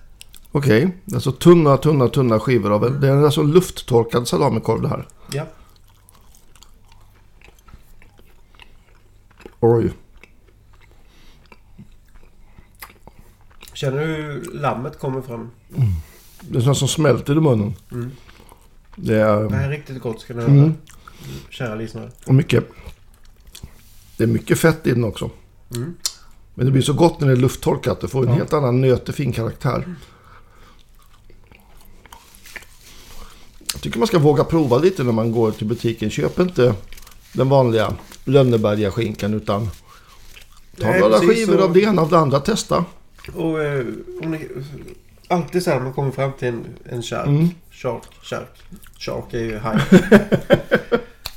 Speaker 3: Okej, det är alltså tunna, tunna, tunna skivor av en... Det är alltså en lufttorkad salamikorv det här.
Speaker 2: Ja.
Speaker 3: Oj.
Speaker 2: Känner du hur lammet kommer fram?
Speaker 3: Det är sånt som smälter i munnen.
Speaker 2: Mm.
Speaker 3: Det
Speaker 2: Det
Speaker 3: är
Speaker 2: här är riktigt gott ska ni höra.
Speaker 3: Mm.
Speaker 2: Kära lyssnare.
Speaker 3: och mycket... Det är mycket fett i den också.
Speaker 2: Mm.
Speaker 3: Men det blir så gott när det är lufttorkat. Det får en helt annan nötig fin
Speaker 2: Mm.
Speaker 3: karaktär. Jag tycker man ska våga prova lite när man går till butiken. Köp inte den vanliga Lönneberga-skinkan utan ta
Speaker 2: Nej,
Speaker 3: några
Speaker 2: precis,
Speaker 3: skivor
Speaker 2: och-
Speaker 3: av det ena av det andra. Testa.
Speaker 2: Och eh, om ni, alltid så här man kommer
Speaker 3: Mm. [LAUGHS]
Speaker 2: fram till en, en shark. Shark, shark. Shark är ju haj.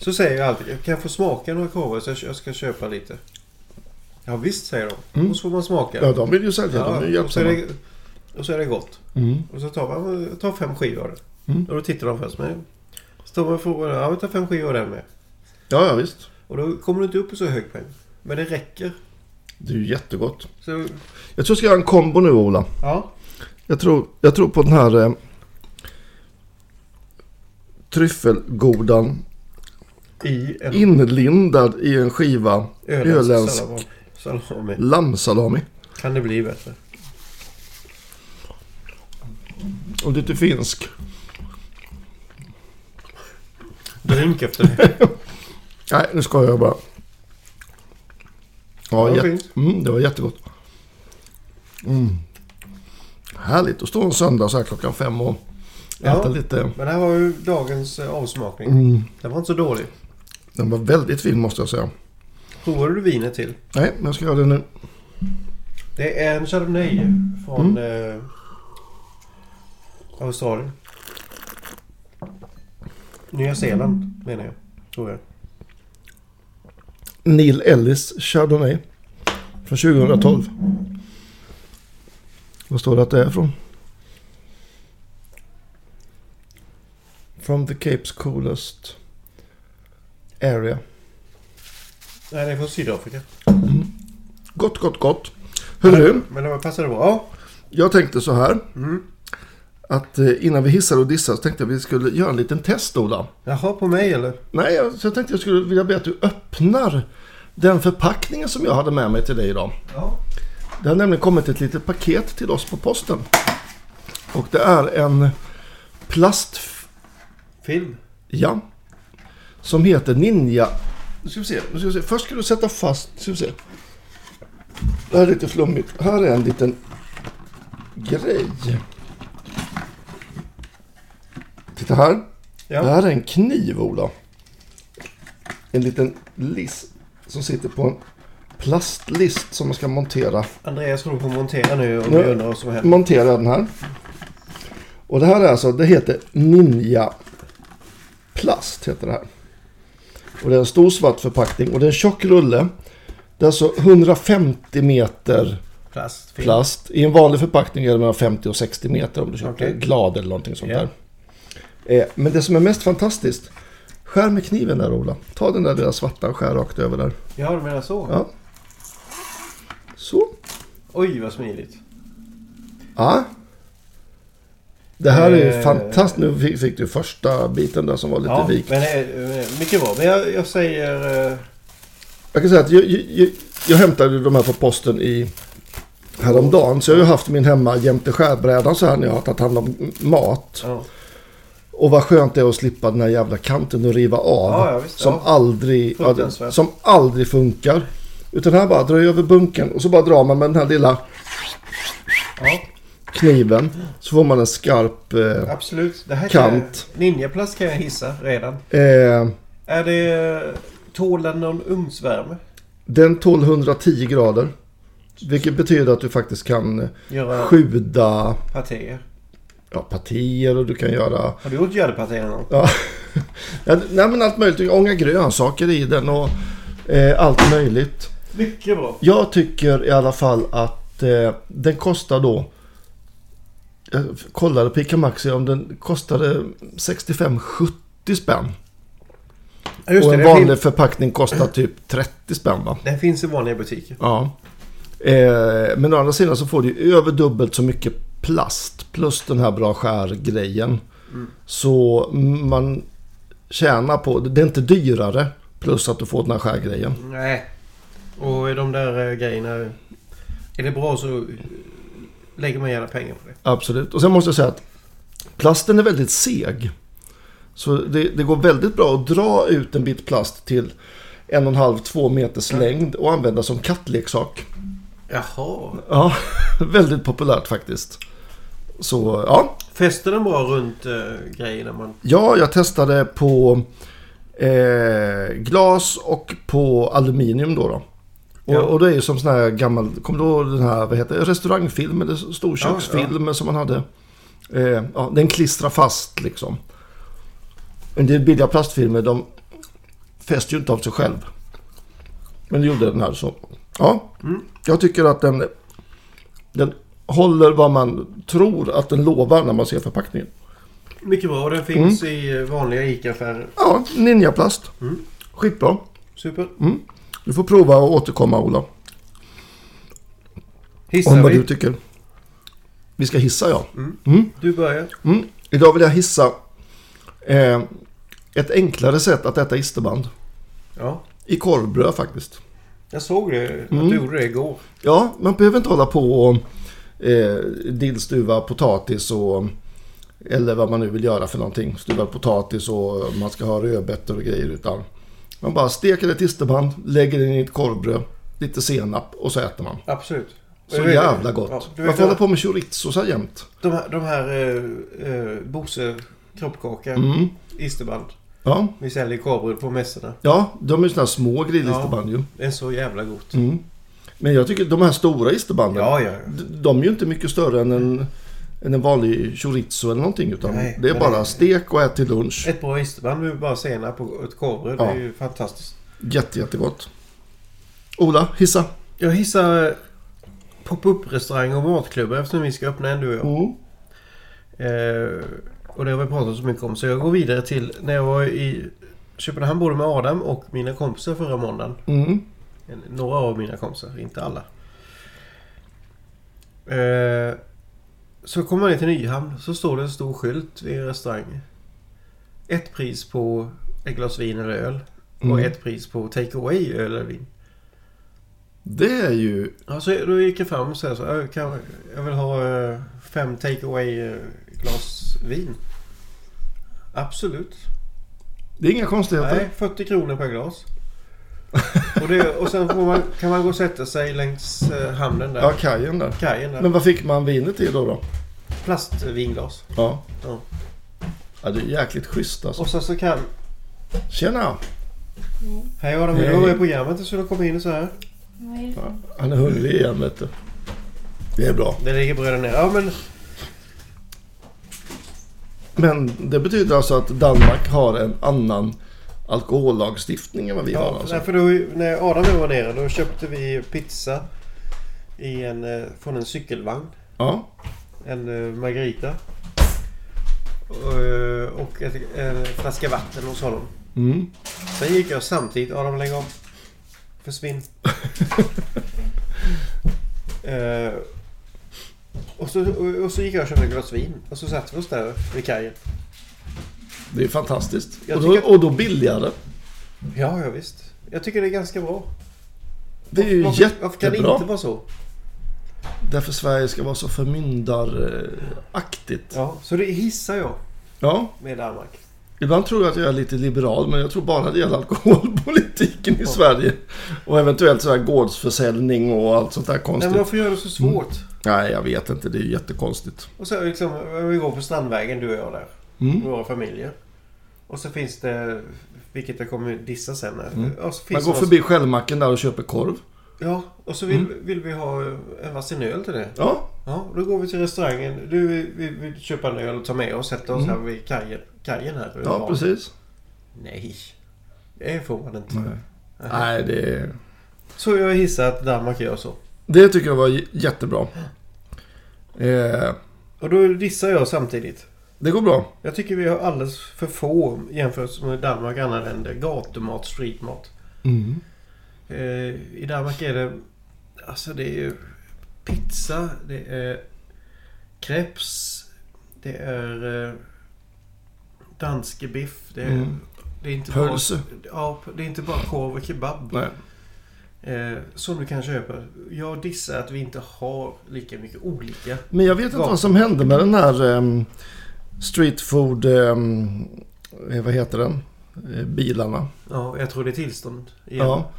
Speaker 2: Så säger jag alltid, kan jag få smaka några korvar så jag- jag ska köpa lite? Ja visst säger de. Och så får man smaka.
Speaker 3: Mm. Ja, de vill ju sälja.
Speaker 2: Ja,
Speaker 3: de är
Speaker 2: och, så är
Speaker 3: hjälpsamma. Mm.
Speaker 2: det, och så är det gott. Och så tar man jag tar fem skivor. Och då tittar de först. Men så tar man frågan, ja vi tar fem skivor den med.
Speaker 3: Ja, ja, visst.
Speaker 2: Och då kommer du inte upp i så hög poäng. Men det räcker.
Speaker 3: Det är ju jättegott.
Speaker 2: Så,
Speaker 3: Jag tror jag ska göra en kombo nu, Ola.
Speaker 2: ja.
Speaker 3: Jag tror, jag tror på den här eh, tryffelgodan
Speaker 2: I en
Speaker 3: inlindad i en skiva
Speaker 2: öländsk
Speaker 3: öländsk
Speaker 2: salami. salami.
Speaker 3: lammsalami.
Speaker 2: Kan det bli bättre?
Speaker 3: Och lite finsk.
Speaker 2: Drink efter det.
Speaker 3: Nej, nu ska jag bara. Ja,
Speaker 2: Ja,
Speaker 3: jät-
Speaker 2: fint.
Speaker 3: mm, det var jättegott. Mm. Härligt att stå en söndag så här klockan fem och äta
Speaker 2: Ja.
Speaker 3: lite.
Speaker 2: [LAUGHS] Men det här var ju dagens eh, avsmakning.
Speaker 3: Mm.
Speaker 2: Den var inte så dålig.
Speaker 3: Den var väldigt fin måste jag säga.
Speaker 2: Provade du vinet till?
Speaker 3: Nej, men jag ska göra det nu.
Speaker 2: Det är en Chardonnay från
Speaker 3: Mm.
Speaker 2: eh, Australien. Nya Zeeland menar jag. Tror jag.
Speaker 3: Neil Ellis Chardonnay. Från 2012. Vad står det att det är från? From the Cape's coolest area.
Speaker 2: Nej, det är från Sydafrika.
Speaker 3: Gott, gott, gott. Hörru,
Speaker 2: Men det var- passade bra. Ja,
Speaker 3: jag tänkte så här. Att eh, innan vi hissar och dissar så tänkte jag att vi skulle göra en liten test, Ola.
Speaker 2: jaha, på mig eller?
Speaker 3: Nej, jag, så jag tänkte jag skulle vilja be att du öppnar den förpackningen som jag hade med mig till dig idag.
Speaker 2: Ja.
Speaker 3: Det har nämligen kommit ett litet paket till oss på posten. Och det är en plast...
Speaker 2: Film.
Speaker 3: Ja. Som heter Ninja... Nu ska vi se. Nu ska vi se. Först ska du sätta fast... Nu ska vi se. Det här är lite flummigt. Här är en liten grej. Titta här.
Speaker 2: Ja.
Speaker 3: Det här är en kniv, Ola. En liten list som sitter på en plastlist som man ska montera
Speaker 2: Andreas håller på att montera nu och vi
Speaker 3: Ja.
Speaker 2: undrar vad som händer.
Speaker 3: monterar jag den här. Och det här är alltså, det heter Ninja Plast heter det här. Och det är en stor svart förpackning och det är en tjock rulle. Det är alltså 150 meter
Speaker 2: Plastfilm.
Speaker 3: plast. I en vanlig förpackning är det mellan 50 och 60 meter om du köper
Speaker 2: Okej.
Speaker 3: glad eller någonting sånt
Speaker 2: Ja.
Speaker 3: där. Eh, Men det som är mest fantastiskt, skär med kniven där Ola. Ta den där lilla svarta och skär rakt över där.
Speaker 2: Ja, du menar så?
Speaker 3: Ja. Så.
Speaker 2: Oj, vad smidigt.
Speaker 3: Ja. Det här är ju
Speaker 2: Eh.
Speaker 3: fantastiskt. Nu fick- fick du första biten där som var lite
Speaker 2: Ja,
Speaker 3: vik.
Speaker 2: men eh, eh, mycket bra. Men jag, jag säger... eh,
Speaker 3: Jag kan säga att jag, jag, jag, jag hämtade de här på posten i häromdagen. Så jag har ju haft min hemma jämte skärbrädan så här när jag har tagit hand om mat.
Speaker 2: Ja.
Speaker 3: Och vad skönt det är att slippa den här jävla kanten och riva av.
Speaker 2: Ja, ja, visst,
Speaker 3: som,
Speaker 2: ja.
Speaker 3: Aldrig, ja, det-
Speaker 2: Fruktansvärt.
Speaker 3: som aldrig funkar. Utan här bara drar jag över bunken och så bara drar man med den här lilla
Speaker 2: ja.
Speaker 3: kniven. Så får man en skarp... Eh,
Speaker 2: Absolut. Det här
Speaker 3: Kant.
Speaker 2: Kan jag, ninjaplast kan jag hissa redan.
Speaker 3: eh,
Speaker 2: Är det... Tål den någon ugnsvärme?
Speaker 3: Den tål 110 grader. Vilket betyder att du faktiskt kan
Speaker 2: Göra
Speaker 3: sjuda
Speaker 2: patéer.
Speaker 3: ja, partier och du kan göra...
Speaker 2: Har du gjort göddepartier någon gång?
Speaker 3: Ja, [LAUGHS] ja, nej men allt möjligt. Du kan ånga grönsaker i den och eh, allt möjligt.
Speaker 2: Mycket bra.
Speaker 3: Jag tycker i alla fall att eh, den kostar då... Jag kollade på Ica Maxi om den kostade 65-70 spänn.
Speaker 2: Ja, Just
Speaker 3: Och
Speaker 2: det,
Speaker 3: en
Speaker 2: den,
Speaker 3: vanlig
Speaker 2: fin,
Speaker 3: förpackning kostar typ 30 spänn va?
Speaker 2: den finns i vanliga butiker.
Speaker 3: Ja. Eh, men å andra sidan så får du ju över dubbelt så mycket plast plus den här bra skärgrejen. Så man tjänar på det. Det är inte dyrare plus att du får den här skärgrejen.
Speaker 2: Nej. Och i de där eh, grejerna... Är det bra så eh, lägger man gärna pengar på det.
Speaker 3: Absolut. Och sen måste jag säga att plasten är väldigt seg. Så det, det går väldigt bra att dra ut en bit plast till en och en halv, två meters längd och använda som kattleksak.
Speaker 2: Jaha.
Speaker 3: Ja, [LAUGHS] väldigt populärt faktiskt. Så ja,
Speaker 2: Fäster den bra runt eh, grejer när man...
Speaker 3: Ja, jag testade på eh, glas och på aluminium då. då. Och,
Speaker 2: Ja.
Speaker 3: och det är ju som sån här gammal, kommer du ihåg den här, vad heter det, restaurangfilm eller storköksfilm som man hade? Eh, ja, den klistrar fast liksom. Men det är billiga plastfilmer, de fäster ju inte av sig själv. Men det gjorde den här så. Ja, jag tycker att den, den håller vad man tror att den lovar när man ser förpackningen.
Speaker 2: Mycket bra. Och den finns
Speaker 3: Mm.
Speaker 2: i eh, vanliga ICA-affärer.
Speaker 3: Ja, ninjaplast. Skitbra.
Speaker 2: Super.
Speaker 3: Mm. Du får prova och återkomma Ola. Om
Speaker 2: Hissar
Speaker 3: vad
Speaker 2: vi.
Speaker 3: du
Speaker 2: Du,
Speaker 3: tycker. Vi ska hissa ja.
Speaker 2: börjar.
Speaker 3: Mm. Idag vill jag hissa eh, ett enklare sätt att äta isterband.
Speaker 2: Ja.
Speaker 3: I korvbröd faktiskt.
Speaker 2: Jag såg det, att
Speaker 3: Mm.
Speaker 2: du gjorde det igår.
Speaker 3: Ja, man behöver inte hålla på och eh, dillstuva potatis och eller vad man nu vill göra för någonting. Stuvad potatis och man ska ha rödbetor och grejer utan man bara steker ett isterband, lägger det i ett korvbröd, lite senap och så äter man.
Speaker 2: Absolut. Och
Speaker 3: Så
Speaker 2: jag vet-
Speaker 3: jävla gott.
Speaker 2: Ja, du vet,
Speaker 3: Varför hålla på med chorizosar jämt?
Speaker 2: De här, de här eh, eh, Bose kroppkaka,
Speaker 3: Mm.
Speaker 2: isterband.
Speaker 3: Ja,
Speaker 2: Vi säljer korvbröd på mässorna.
Speaker 3: ja de är ju sådana här små grillisterband ju.
Speaker 2: Det är så jävla gott.
Speaker 3: Mm. Men jag tycker de här stora isterbanden,
Speaker 2: Ja, ja, ja.
Speaker 3: d- de är ju inte mycket större än en, än en vanlig chorizo eller någonting. Utan
Speaker 2: Nej,
Speaker 3: det är
Speaker 2: men
Speaker 3: bara
Speaker 2: det-
Speaker 3: stek och ät till lunch.
Speaker 2: Ett bra isterband med bara senap på ett korvbröd. Det
Speaker 3: Ja.
Speaker 2: är ju fantastiskt.
Speaker 3: Jätte, jättegott. Ola, hissa.
Speaker 2: Jag hissar eh, pop-up restaurang och matklubbar eftersom vi ska öppna en du och jag. Eh, och det har vi pratat så mycket om. Så jag går vidare till när jag var i Köpenhamn både med Adam och mina kompisar förra måndagen.
Speaker 3: Mm.
Speaker 2: En- Några av mina kompisar, inte alla. Eh, så kommer man ner till Nyhamn så står det en stor skylt vid en restaurang. Ett pris på ett glas vin eller öl. Och
Speaker 3: Mm.
Speaker 2: ett pris på take away öl eller vin.
Speaker 3: Det är ju...
Speaker 2: Ja, så då gick jag fram och sa så här, "Jag kan, jag vill ha eh, fem take away eh, glas vin. Absolut.
Speaker 3: Det är inga konstigheter.
Speaker 2: Nej, 40 kronor per
Speaker 3: [LAUGHS]
Speaker 2: glas. och, det, och sen får man, kan man gå och sätta sig längs eh, hamnen där.
Speaker 3: Ja, kajen där.
Speaker 2: Kajen där.
Speaker 3: Men vad fick man vinet i då? då?
Speaker 2: Plastvinglas.
Speaker 3: Ja.
Speaker 2: Ja.
Speaker 3: ja, det är jäkligt schysst alltså.
Speaker 2: Och sen så kan...
Speaker 3: Tjena!
Speaker 2: Hej Adam, vill du vara med i programmet så du kommer in så här?
Speaker 3: Han är hungrig igen vet du. Det är bra.
Speaker 2: Det ligger bröden ner. Ja men...
Speaker 3: Men det betyder alltså att Danmark har en annan alkohollagstiftning än vad vi har
Speaker 2: Ja,
Speaker 3: alltså.
Speaker 2: nej, för då, när Adam och jag var nere då köpte vi pizza i en, eh, från en cykelvagn.
Speaker 3: Ja.
Speaker 2: En eh, margarita. Och, eh, Och ett, en flaska vatten hos honom.
Speaker 3: Mm.
Speaker 2: Sen gick jag samtidigt. Adam lägg av.
Speaker 3: [LAUGHS]
Speaker 2: Försvinn. Eh, och, så, och, och så gick jag och köpte ett glas vin. Och så satte vi oss där vid kajen.
Speaker 3: Det är fantastiskt.
Speaker 2: Jag
Speaker 3: Och då,
Speaker 2: tycker-
Speaker 3: och då billigare.
Speaker 2: Ja, ja visst. Jag tycker det är ganska bra.
Speaker 3: Det är ju
Speaker 2: Varför, varför kan det
Speaker 3: jättebra.
Speaker 2: inte vara så?
Speaker 3: Därför Sverige ska vara så förmyndaraktigt.
Speaker 2: Ja, så det hissar jag
Speaker 3: Ja,
Speaker 2: med Danmark.
Speaker 3: ibland tror jag att jag är lite liberal men jag tror bara det gäller alkoholpolitiken i Sverige. Och eventuellt så här gårdsförsäljning och allt sånt där
Speaker 2: Nej,
Speaker 3: konstigt.
Speaker 2: men varför gör det så svårt?
Speaker 3: Mm. Nej, jag vet inte. Det är ju jättekonstigt.
Speaker 2: Och så liksom, vi går på Strandvägen du och jag där.
Speaker 3: Mm.
Speaker 2: Våra familjer. Och så finns det, vilket jag kommer dissa sen. här. Ja, så
Speaker 3: Mm. Man
Speaker 2: finns
Speaker 3: går
Speaker 2: det-
Speaker 3: förbi Mm. självmacken där och köper korv.
Speaker 2: Ja, och så vill, vill vi ha en varsin öl till det.
Speaker 3: Ja,
Speaker 2: Ja, då går vi till restaurangen. Du, vi, vi, vi köper en öl och tar med oss. Sätter oss här vid kajen, kajen här.
Speaker 3: Mm. ja precis.
Speaker 2: Nej, det får man inte.
Speaker 3: Nej, det,
Speaker 2: Så jag hissar att Danmark gör så.
Speaker 3: det tycker jag var j- jättebra. Eh,
Speaker 2: Och då dissar jag samtidigt.
Speaker 3: det går bra.
Speaker 2: Jag tycker vi har alldeles för få jämfört med Danmark och andra länder. Gatumat, streetmat.
Speaker 3: Mm.
Speaker 2: Eh, I Danmark är det... Alltså det är ju pizza, det är crepes, det är eh, danskebiff. Det är, det är inte bara,
Speaker 3: Mm. Pölse.
Speaker 2: ja, det är inte bara korv och kebab.
Speaker 3: Nej.
Speaker 2: Eh, som du kan köpa. Jag dissar att vi inte har lika mycket olika.
Speaker 3: Men jag vet inte vad som hände med den här um, street food... ehm, eh, vad heter den? Eh, bilarna.
Speaker 2: Ja, jag tror det är tillstånd. igen.
Speaker 3: Ja.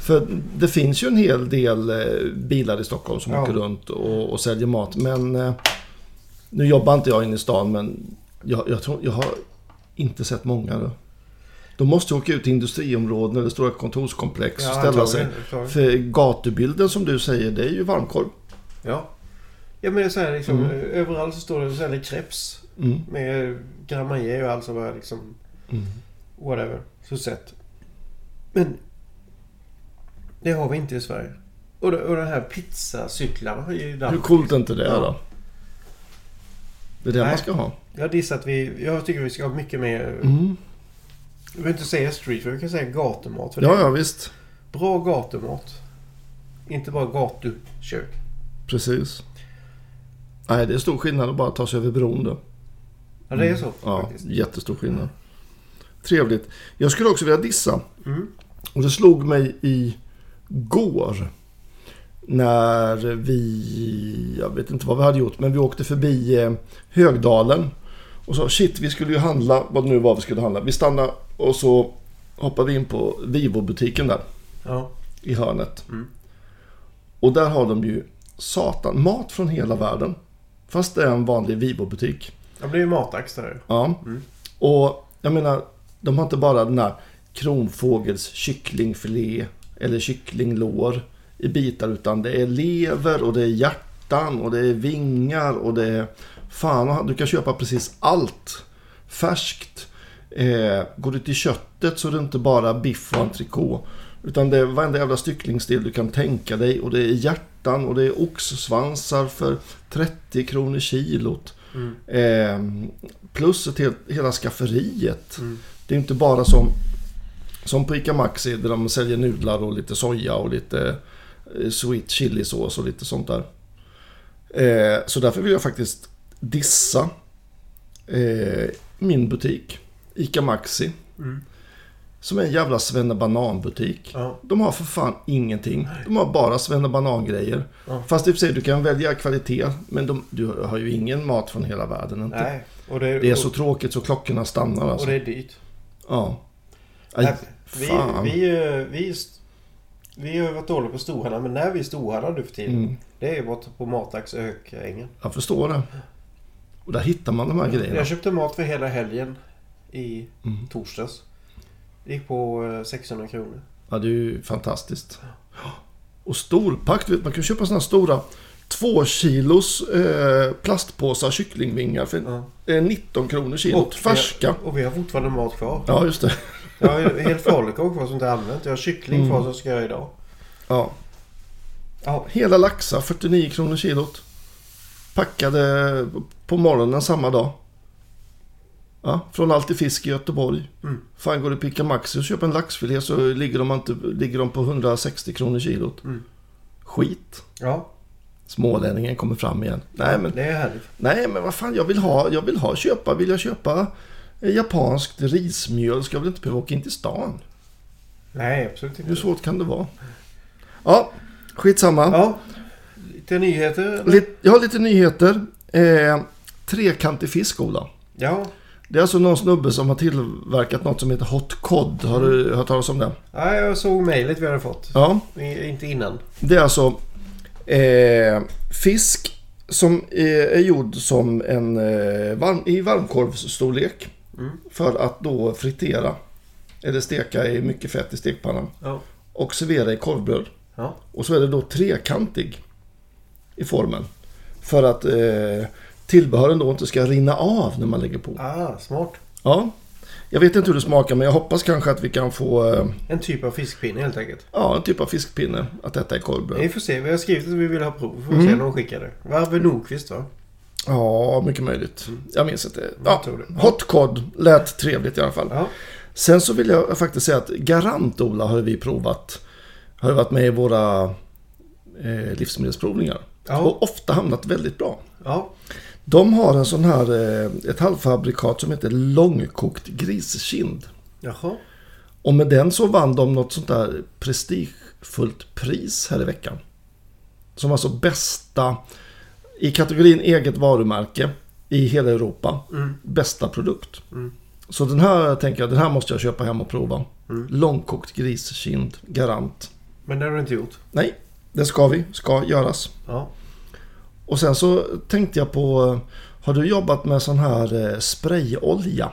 Speaker 3: För det finns ju en hel del eh, bilar i Stockholm som
Speaker 2: Ja.
Speaker 3: åker runt och, och säljer mat. Men eh, nu jobbar inte jag inne i stan men jag, jag, tror, jag har inte sett många nu. De måste åka ut till industriområden eller stora kontorskomplex
Speaker 2: Ja,
Speaker 3: och ställa sig.
Speaker 2: antagligen, antagligen.
Speaker 3: För gatubilden som du säger, det är ju varmkorv.
Speaker 2: Ja. Ja men det är så här, liksom, överallt så står det och säljer crepes.
Speaker 3: Mm.
Speaker 2: Med Grand Marnier och allt som är liksom... Whatever. Suzette. Men det har vi inte i Sverige. Och, det- och de här pizzacyklarna i
Speaker 3: Hur
Speaker 2: Danmark.
Speaker 3: coolt är inte det då? Det är det
Speaker 2: Nej.
Speaker 3: man ska ha.
Speaker 2: Jag dissar att vi... Jag tycker vi ska ha mycket mer...
Speaker 3: Mm.
Speaker 2: Vi behöver inte säga street food, vi kan säga gatumat. För det
Speaker 3: Ja,
Speaker 2: är
Speaker 3: ja visst.
Speaker 2: Bra gatumat. Inte bara gatukök.
Speaker 3: Precis. Nej, det är stor skillnad att bara ta sig över bron då.
Speaker 2: Ja, det är så
Speaker 3: Mm. Ja,
Speaker 2: faktiskt.
Speaker 3: jättestor skillnad. Trevligt. Jag skulle också vilja dissa. Och det slog mig i går. När vi, jag vet inte vad vi hade gjort, men vi åkte förbi eh, Högdalen. Och så shit, vi skulle ju handla, vad det nu var vi skulle handla. Vi stannade och så hoppade vi in på Vivo-butiken där
Speaker 2: Ja.
Speaker 3: i hörnet. Och där har de ju satan, mat från hela världen. Fast det är en vanlig Vivo-butik.
Speaker 2: Ja, men det är ju matax det här.
Speaker 3: Ja. Och jag menar, de har inte bara den här kronfågels kycklingfilé eller kycklinglår i bitar utan det är lever och det är hjärtan och det är vingar och det är fan du kan köpa precis allt färskt. Eh, går du till köttet så är det inte bara biff och entrecote utan det är varenda jävla stycklingsdel du kan tänka dig och det är hjärtan och det är oxsvansar för 30 kronor kilot. Eh, plus ett helt, hela skafferiet. Det är inte bara som, som på Ica Maxi där de säljer nudlar och lite soja och lite eh, sweet chilisås och lite sånt där. Eh, så därför vill jag faktiskt dissa eh, min butik, Ica Maxi. Som är en jävla svennebananbutik.
Speaker 2: Mm. Ja.
Speaker 3: De har för fan ingenting. De har bara svennebanan-grejer. Fast i och för sig, du kan välja kvalitet. Men de, du har ju ingen mat från hela världen. Inte.
Speaker 2: Nej. Och det,
Speaker 3: Det är så
Speaker 2: och,
Speaker 3: tråkigt så klockorna stannar
Speaker 2: och
Speaker 3: alltså.
Speaker 2: det är dyrt.
Speaker 3: Ja. Aj,
Speaker 2: Nej, vi,
Speaker 3: fan.
Speaker 2: vi, eh, vi, st- vi har ju varit dåliga på storhandlar, men när vi storhandlar nu för tiden.
Speaker 3: Mm.
Speaker 2: Det är ju borta på Matax Ökängen.
Speaker 3: Jag förstår det. Och där hittar man de här grejerna.
Speaker 2: Jag köpte mat för hela helgen i
Speaker 3: Mm.
Speaker 2: torsdags. Det gick på eh, 600 kronor.
Speaker 3: Ja, det är ju fantastiskt. Och storpack, du vet, man kan köpa sådana stora två kilos eh, plastpåsar kycklingvingar för eh, 19 kronor kilot. Färska.
Speaker 2: Och vi har fortfarande mat kvar.
Speaker 3: Ja, just det.
Speaker 2: Jag har ju helt falukorv kvar som inte är använt. Jag har kyckling
Speaker 3: Mm.
Speaker 2: kvar som ska jag göra idag.
Speaker 3: Ja.
Speaker 2: Ja.
Speaker 3: Hela laxar, 49 kronor kilot. Packade på morgonen samma dag. Ja, från Alltid Fisk i Göteborg.
Speaker 2: Mm.
Speaker 3: Fan, går du picka Maxi och köper en laxfilé så ligger de, inte, ligger de på 160 kronor kilot.
Speaker 2: Mm.
Speaker 3: Skit.
Speaker 2: Ja,
Speaker 3: Smålänningen kommer fram igen. Nej men,
Speaker 2: det är härligt.
Speaker 3: nej men vad fan, jag vill ha, jag vill ha, köpa, vill jag köpa eh, japanskt rismjöl ska jag väl inte behöva åka in till stan.
Speaker 2: Nej, absolut inte.
Speaker 3: Hur svårt kan det vara? Ja, skitsamma.
Speaker 2: Ja, lite nyheter. eller?
Speaker 3: Lit- Jag har lite nyheter. Eh, trekantig fisk, Ola.
Speaker 2: Ja,
Speaker 3: Det är alltså någon snubbe som har tillverkat något som heter Hot Cod. Har du hört talas om det?
Speaker 2: ja jag såg mejlet vi hade fått.
Speaker 3: Ja.
Speaker 2: I- Inte innan.
Speaker 3: Det är alltså eh, fisk som är, är gjord som en eh, varm, i varmkorvsstorlek. För att då fritera. Eller steka i mycket fett i stekpannan.
Speaker 2: Ja.
Speaker 3: Och servera i korvbröd.
Speaker 2: Ja.
Speaker 3: Och så är det då trekantig i formen. För att eh, tillbehören då inte ska rinna av när man lägger på.
Speaker 2: Ah, smart.
Speaker 3: Ja. Jag vet inte hur det smakar men jag hoppas kanske att vi kan få eh,
Speaker 2: En typ av fiskpinne helt enkelt.
Speaker 3: ja, en typ av fiskpinne att detta är
Speaker 2: Vi
Speaker 3: korvbröd.
Speaker 2: får se. Vi har skrivit att vi vill ha prov.
Speaker 3: Mm.
Speaker 2: Får se när de skickar det. Varve Nordqvist va?
Speaker 3: Ja, mycket möjligt. Jag minns inte. Ja,
Speaker 2: Mm. tror det.
Speaker 3: hot cod lät trevligt i alla fall.
Speaker 2: Ja.
Speaker 3: Sen så vill jag faktiskt säga att Garant Ola har vi provat. Har ju varit med i våra eh, livsmedelsprovningar.
Speaker 2: Ja.
Speaker 3: Och ofta hamnat väldigt bra.
Speaker 2: Ja.
Speaker 3: De har en sån här, eh, ett halvfabrikat som heter långkokt griskind.
Speaker 2: Jaha.
Speaker 3: Och med den så vann de något sånt där prestigefullt pris här i veckan. Som alltså bästa, i kategorin eget varumärke i hela Europa, bästa produkt. Så den här tänker jag, den här måste jag köpa hem och prova. Långkokt griskind, garant.
Speaker 2: Men det har du inte gjort.
Speaker 3: Nej, det ska vi, ska göras.
Speaker 2: Ja.
Speaker 3: Och sen så tänkte jag på, eh, har du jobbat med sån här eh, sprayolja?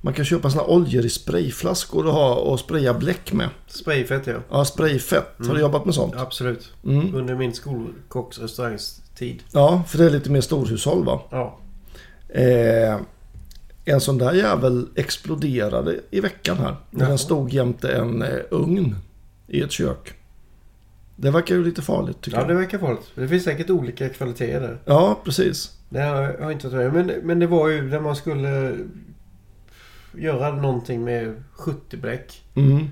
Speaker 3: Man kan köpa såna här oljor i sprayflaskor och, ha, och spraya bläck med.
Speaker 2: Sprayfett ja.
Speaker 3: Ja, sprayfett. Har
Speaker 2: Mm.
Speaker 3: du jobbat med sånt? Ja.
Speaker 2: Absolut.
Speaker 3: Mm.
Speaker 2: Under min skolkocks restaurangstid.
Speaker 3: för det är lite mer storhushåll va?
Speaker 2: Ja.
Speaker 3: Eh, En sån där jävel exploderade i veckan här. När den stod jämte en eh, ugn i ett kök. Det verkar ju lite farligt tycker
Speaker 2: Ja,
Speaker 3: jag.
Speaker 2: det verkar farligt. Det finns säkert olika kvaliteter där.
Speaker 3: Ja, precis.
Speaker 2: Det har jag har inte varit med om. men, men det var ju när man skulle göra någonting med 70 bläck.
Speaker 3: Mm.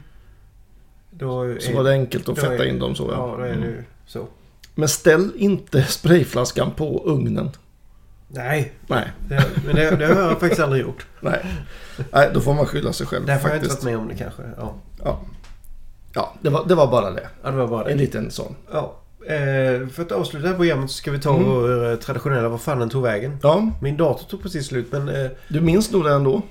Speaker 2: Då
Speaker 3: Så
Speaker 2: är-
Speaker 3: var det enkelt att
Speaker 2: då är-
Speaker 3: fetta in dem så.
Speaker 2: Ja, då
Speaker 3: Ja. Mm.
Speaker 2: är det ju så.
Speaker 3: Men ställ inte [LAUGHS] sprayflaskan på ugnen.
Speaker 2: Nej,
Speaker 3: Nej,
Speaker 2: det, men det, det har jag faktiskt aldrig gjort.
Speaker 3: nej. Nej, då får man skylla sig själv
Speaker 2: Därför har jag inte varit
Speaker 3: faktiskt.
Speaker 2: med om det kanske. Ja,
Speaker 3: Ja, ja det, var, det var bara det.
Speaker 2: ja det var bara det.
Speaker 3: En liten sån.
Speaker 2: Ja. Eh, för att avsluta det här programmet så ska vi ta
Speaker 3: Mm.
Speaker 2: vår eh, traditionella Vad fan den tog vägen.
Speaker 3: Ja,
Speaker 2: Min dator tog precis slut men eh,
Speaker 3: du minns nog det ändå.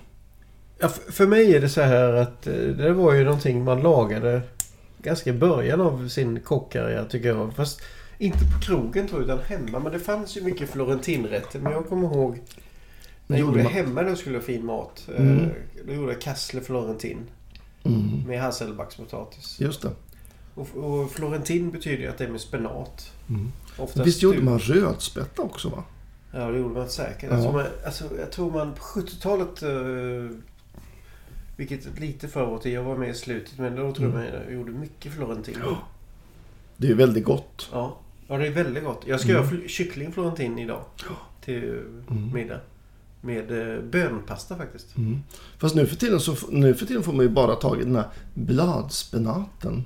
Speaker 2: ja, f- för mig är det så här att eh, det var ju någonting man lagade ganska i början av sin kockkarriär tycker jag. Fast inte på krogen tror jag utan hemma. Men det fanns ju mycket florentinrätter. Men jag kommer ihåg när jag
Speaker 3: Gjorde
Speaker 2: gjorde
Speaker 3: man-
Speaker 2: hemma när jag skulle ha fin mat. eh,
Speaker 3: Mm.
Speaker 2: Då gjorde jag kassler florentin
Speaker 3: Mm.
Speaker 2: med hasselbackspotatis.
Speaker 3: Just det.
Speaker 2: Och, och florentin betyder ju att det är med spenat.
Speaker 3: Mm.
Speaker 2: Oftast
Speaker 3: Visst gjorde
Speaker 2: du-
Speaker 3: man rödspätta också va?
Speaker 2: Ja, det gjorde man säkert.
Speaker 3: Ja.
Speaker 2: Alltså, man, alltså, jag tror man på 70-talet, eh, vilket är lite förut, jag var med i slutet, men då tror jag
Speaker 3: Mm.
Speaker 2: man gjorde mycket florentin.
Speaker 3: Det är ju väldigt gott.
Speaker 2: Ja. ja, det är väldigt gott. Jag ska
Speaker 3: Mm.
Speaker 2: göra fl- kyckling florentin idag till eh, middag. Med eh, bönpasta faktiskt.
Speaker 3: Mm. Fast nu för, tiden så, nu för tiden får man ju bara tag i den här bladspenaten.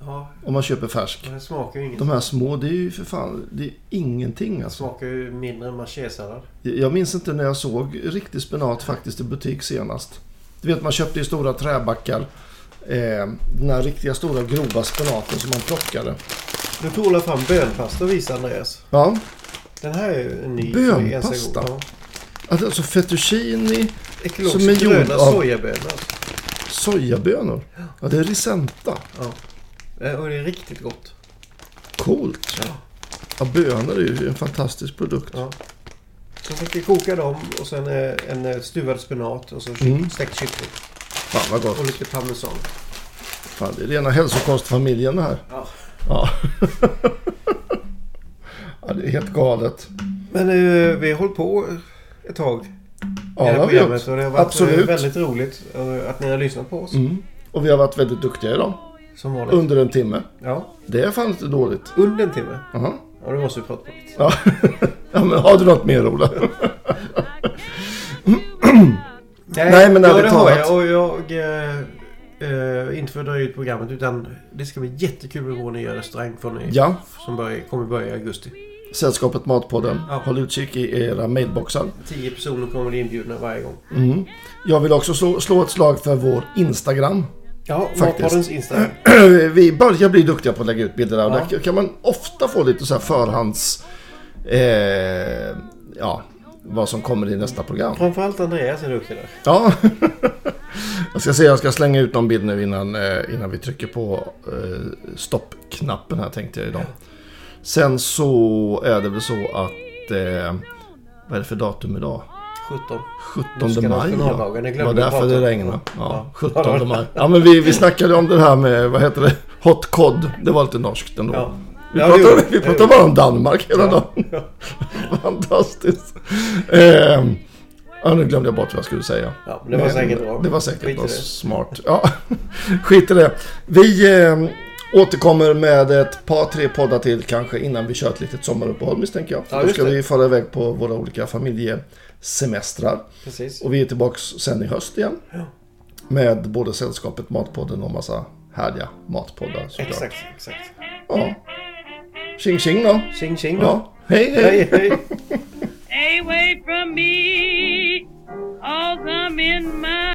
Speaker 2: Ja,
Speaker 3: Om man köper färsk.
Speaker 2: det smakar ju inget.
Speaker 3: De här små, det är ju för fan, det är ingenting
Speaker 2: Det
Speaker 3: alltså.
Speaker 2: smakar ju mindre än machésallad.
Speaker 3: Jag minns inte när jag såg riktig spenat faktiskt i butik senast. Du vet man köpte i stora träbackar. Eh, den här riktiga stora grova spenaten som man plockade.
Speaker 2: Nu tog Ola fram bönpasta och visade Andreas.
Speaker 3: Ja,
Speaker 2: Den här är ju en ny.
Speaker 3: Bönpasta?
Speaker 2: Ja.
Speaker 3: alltså fettuccini, Som är
Speaker 2: Ekologiskt
Speaker 3: gjord
Speaker 2: gröna
Speaker 3: av-
Speaker 2: sojabönor.
Speaker 3: sojabönor. Ja, det är risenta.
Speaker 2: Ja. Eh, Och det är riktigt gott.
Speaker 3: Coolt. Ja, bönor är ju en fantastisk produkt.
Speaker 2: Ja. Så fick vi koka dem och sen eh, en eh, stuvad spenat och så ky-
Speaker 3: Mm.
Speaker 2: stekt kyckling
Speaker 3: Fan vad
Speaker 2: och
Speaker 3: gott.
Speaker 2: lite parmesan.
Speaker 3: Fan, det är rena hälsokostfamiljen det här.
Speaker 2: Ja.
Speaker 3: Ja. [LAUGHS] ja, det är helt galet.
Speaker 2: Men eh, vi har hållit på ett tag
Speaker 3: Ja,
Speaker 2: i det här
Speaker 3: vi gjort.
Speaker 2: programmet och det har varit eh,
Speaker 3: Absolut.
Speaker 2: väldigt roligt eh, att ni har lyssnat på oss.
Speaker 3: Mm. Och vi har varit väldigt duktiga idag.
Speaker 2: Som vanligt.
Speaker 3: Under en timme.
Speaker 2: ja.
Speaker 3: Det är fan inte dåligt.
Speaker 2: Under en timme.
Speaker 3: Jaha.
Speaker 2: Ja, det måste vi prata på lite.
Speaker 3: Ja. [LAUGHS] ja, men har du något mer Ola? [LAUGHS] Nej, men
Speaker 2: ja,
Speaker 3: ärligt
Speaker 2: det har
Speaker 3: talat.
Speaker 2: jag. Och jag eh, eh, inte för att dra ut programmet utan det ska bli jättekul med vår nya restaurang från i,
Speaker 3: Ja.
Speaker 2: som börjar, kommer börja i augusti.
Speaker 3: Sällskapet Matpodden.
Speaker 2: Ja.
Speaker 3: Håll utkik i era mailboxar.
Speaker 2: Tio personer kommer bli inbjudna varje gång.
Speaker 3: Mm. Jag vill också slå, slå ett slag för vår Instagram. [CLEARS THROAT]
Speaker 2: Ja,
Speaker 3: Faktiskt.
Speaker 2: Matpoddens Instagram.
Speaker 3: Vi börjar bli duktiga på att lägga ut bilder där.
Speaker 2: Ja.
Speaker 3: Där kan man ofta få lite så här förhands... Eh, ja, vad som kommer i nästa program.
Speaker 2: Framförallt Andreas är duktig där.
Speaker 3: Ja. [LAUGHS] Jag ska se, jag ska slänga ut någon bild nu innan, eh, innan vi trycker på eh, stoppknappen här tänkte jag idag. Sen så är det väl så att... Eh, vad är det för datum idag?
Speaker 2: 17.
Speaker 3: 17 maj ja.
Speaker 2: nationaldagen, det
Speaker 3: Det
Speaker 2: glömde
Speaker 3: var
Speaker 2: vi
Speaker 3: därför
Speaker 2: prata
Speaker 3: det
Speaker 2: om.
Speaker 3: regnade.
Speaker 2: Ja.
Speaker 3: Ja,
Speaker 2: [LAUGHS]
Speaker 3: 17 maj. Ja men vi, vi snackade om det här med, vad heter det, hot cod. Det var lite norskt ändå.
Speaker 2: Ja.
Speaker 3: Vi
Speaker 2: Ja, det gjorde
Speaker 3: pratar,
Speaker 2: vi.
Speaker 3: vi
Speaker 2: Det
Speaker 3: pratar
Speaker 2: gjorde
Speaker 3: bara om Danmark
Speaker 2: [LAUGHS]
Speaker 3: hela dagen. Fantastiskt. Ehm, ja, nu glömde jag bort vad jag skulle säga.
Speaker 2: Ja, men det var säkert bra.
Speaker 3: Det var säkert
Speaker 2: Skit i
Speaker 3: bra.
Speaker 2: det.
Speaker 3: Smart. Ja, [LAUGHS] skit i det. Vi eh, återkommer med ett par, tre poddar till kanske innan vi kör ett litet sommaruppehåll misstänker jag.
Speaker 2: Ja,
Speaker 3: Då
Speaker 2: just
Speaker 3: ska
Speaker 2: det.
Speaker 3: vi fara iväg på våra olika familjesemestrar.
Speaker 2: Precis.
Speaker 3: Och vi är tillbaks sen i höst igen. Med både Sällskapet Matpodden och massa härliga matpoddar såklart.
Speaker 2: Exakt, exakt.
Speaker 3: Ja. Tjing tjing då.
Speaker 2: Tjing tjing då.
Speaker 3: Ja. Hej hej.
Speaker 2: Hej, hej.
Speaker 1: Stay away from me, cause I'm in my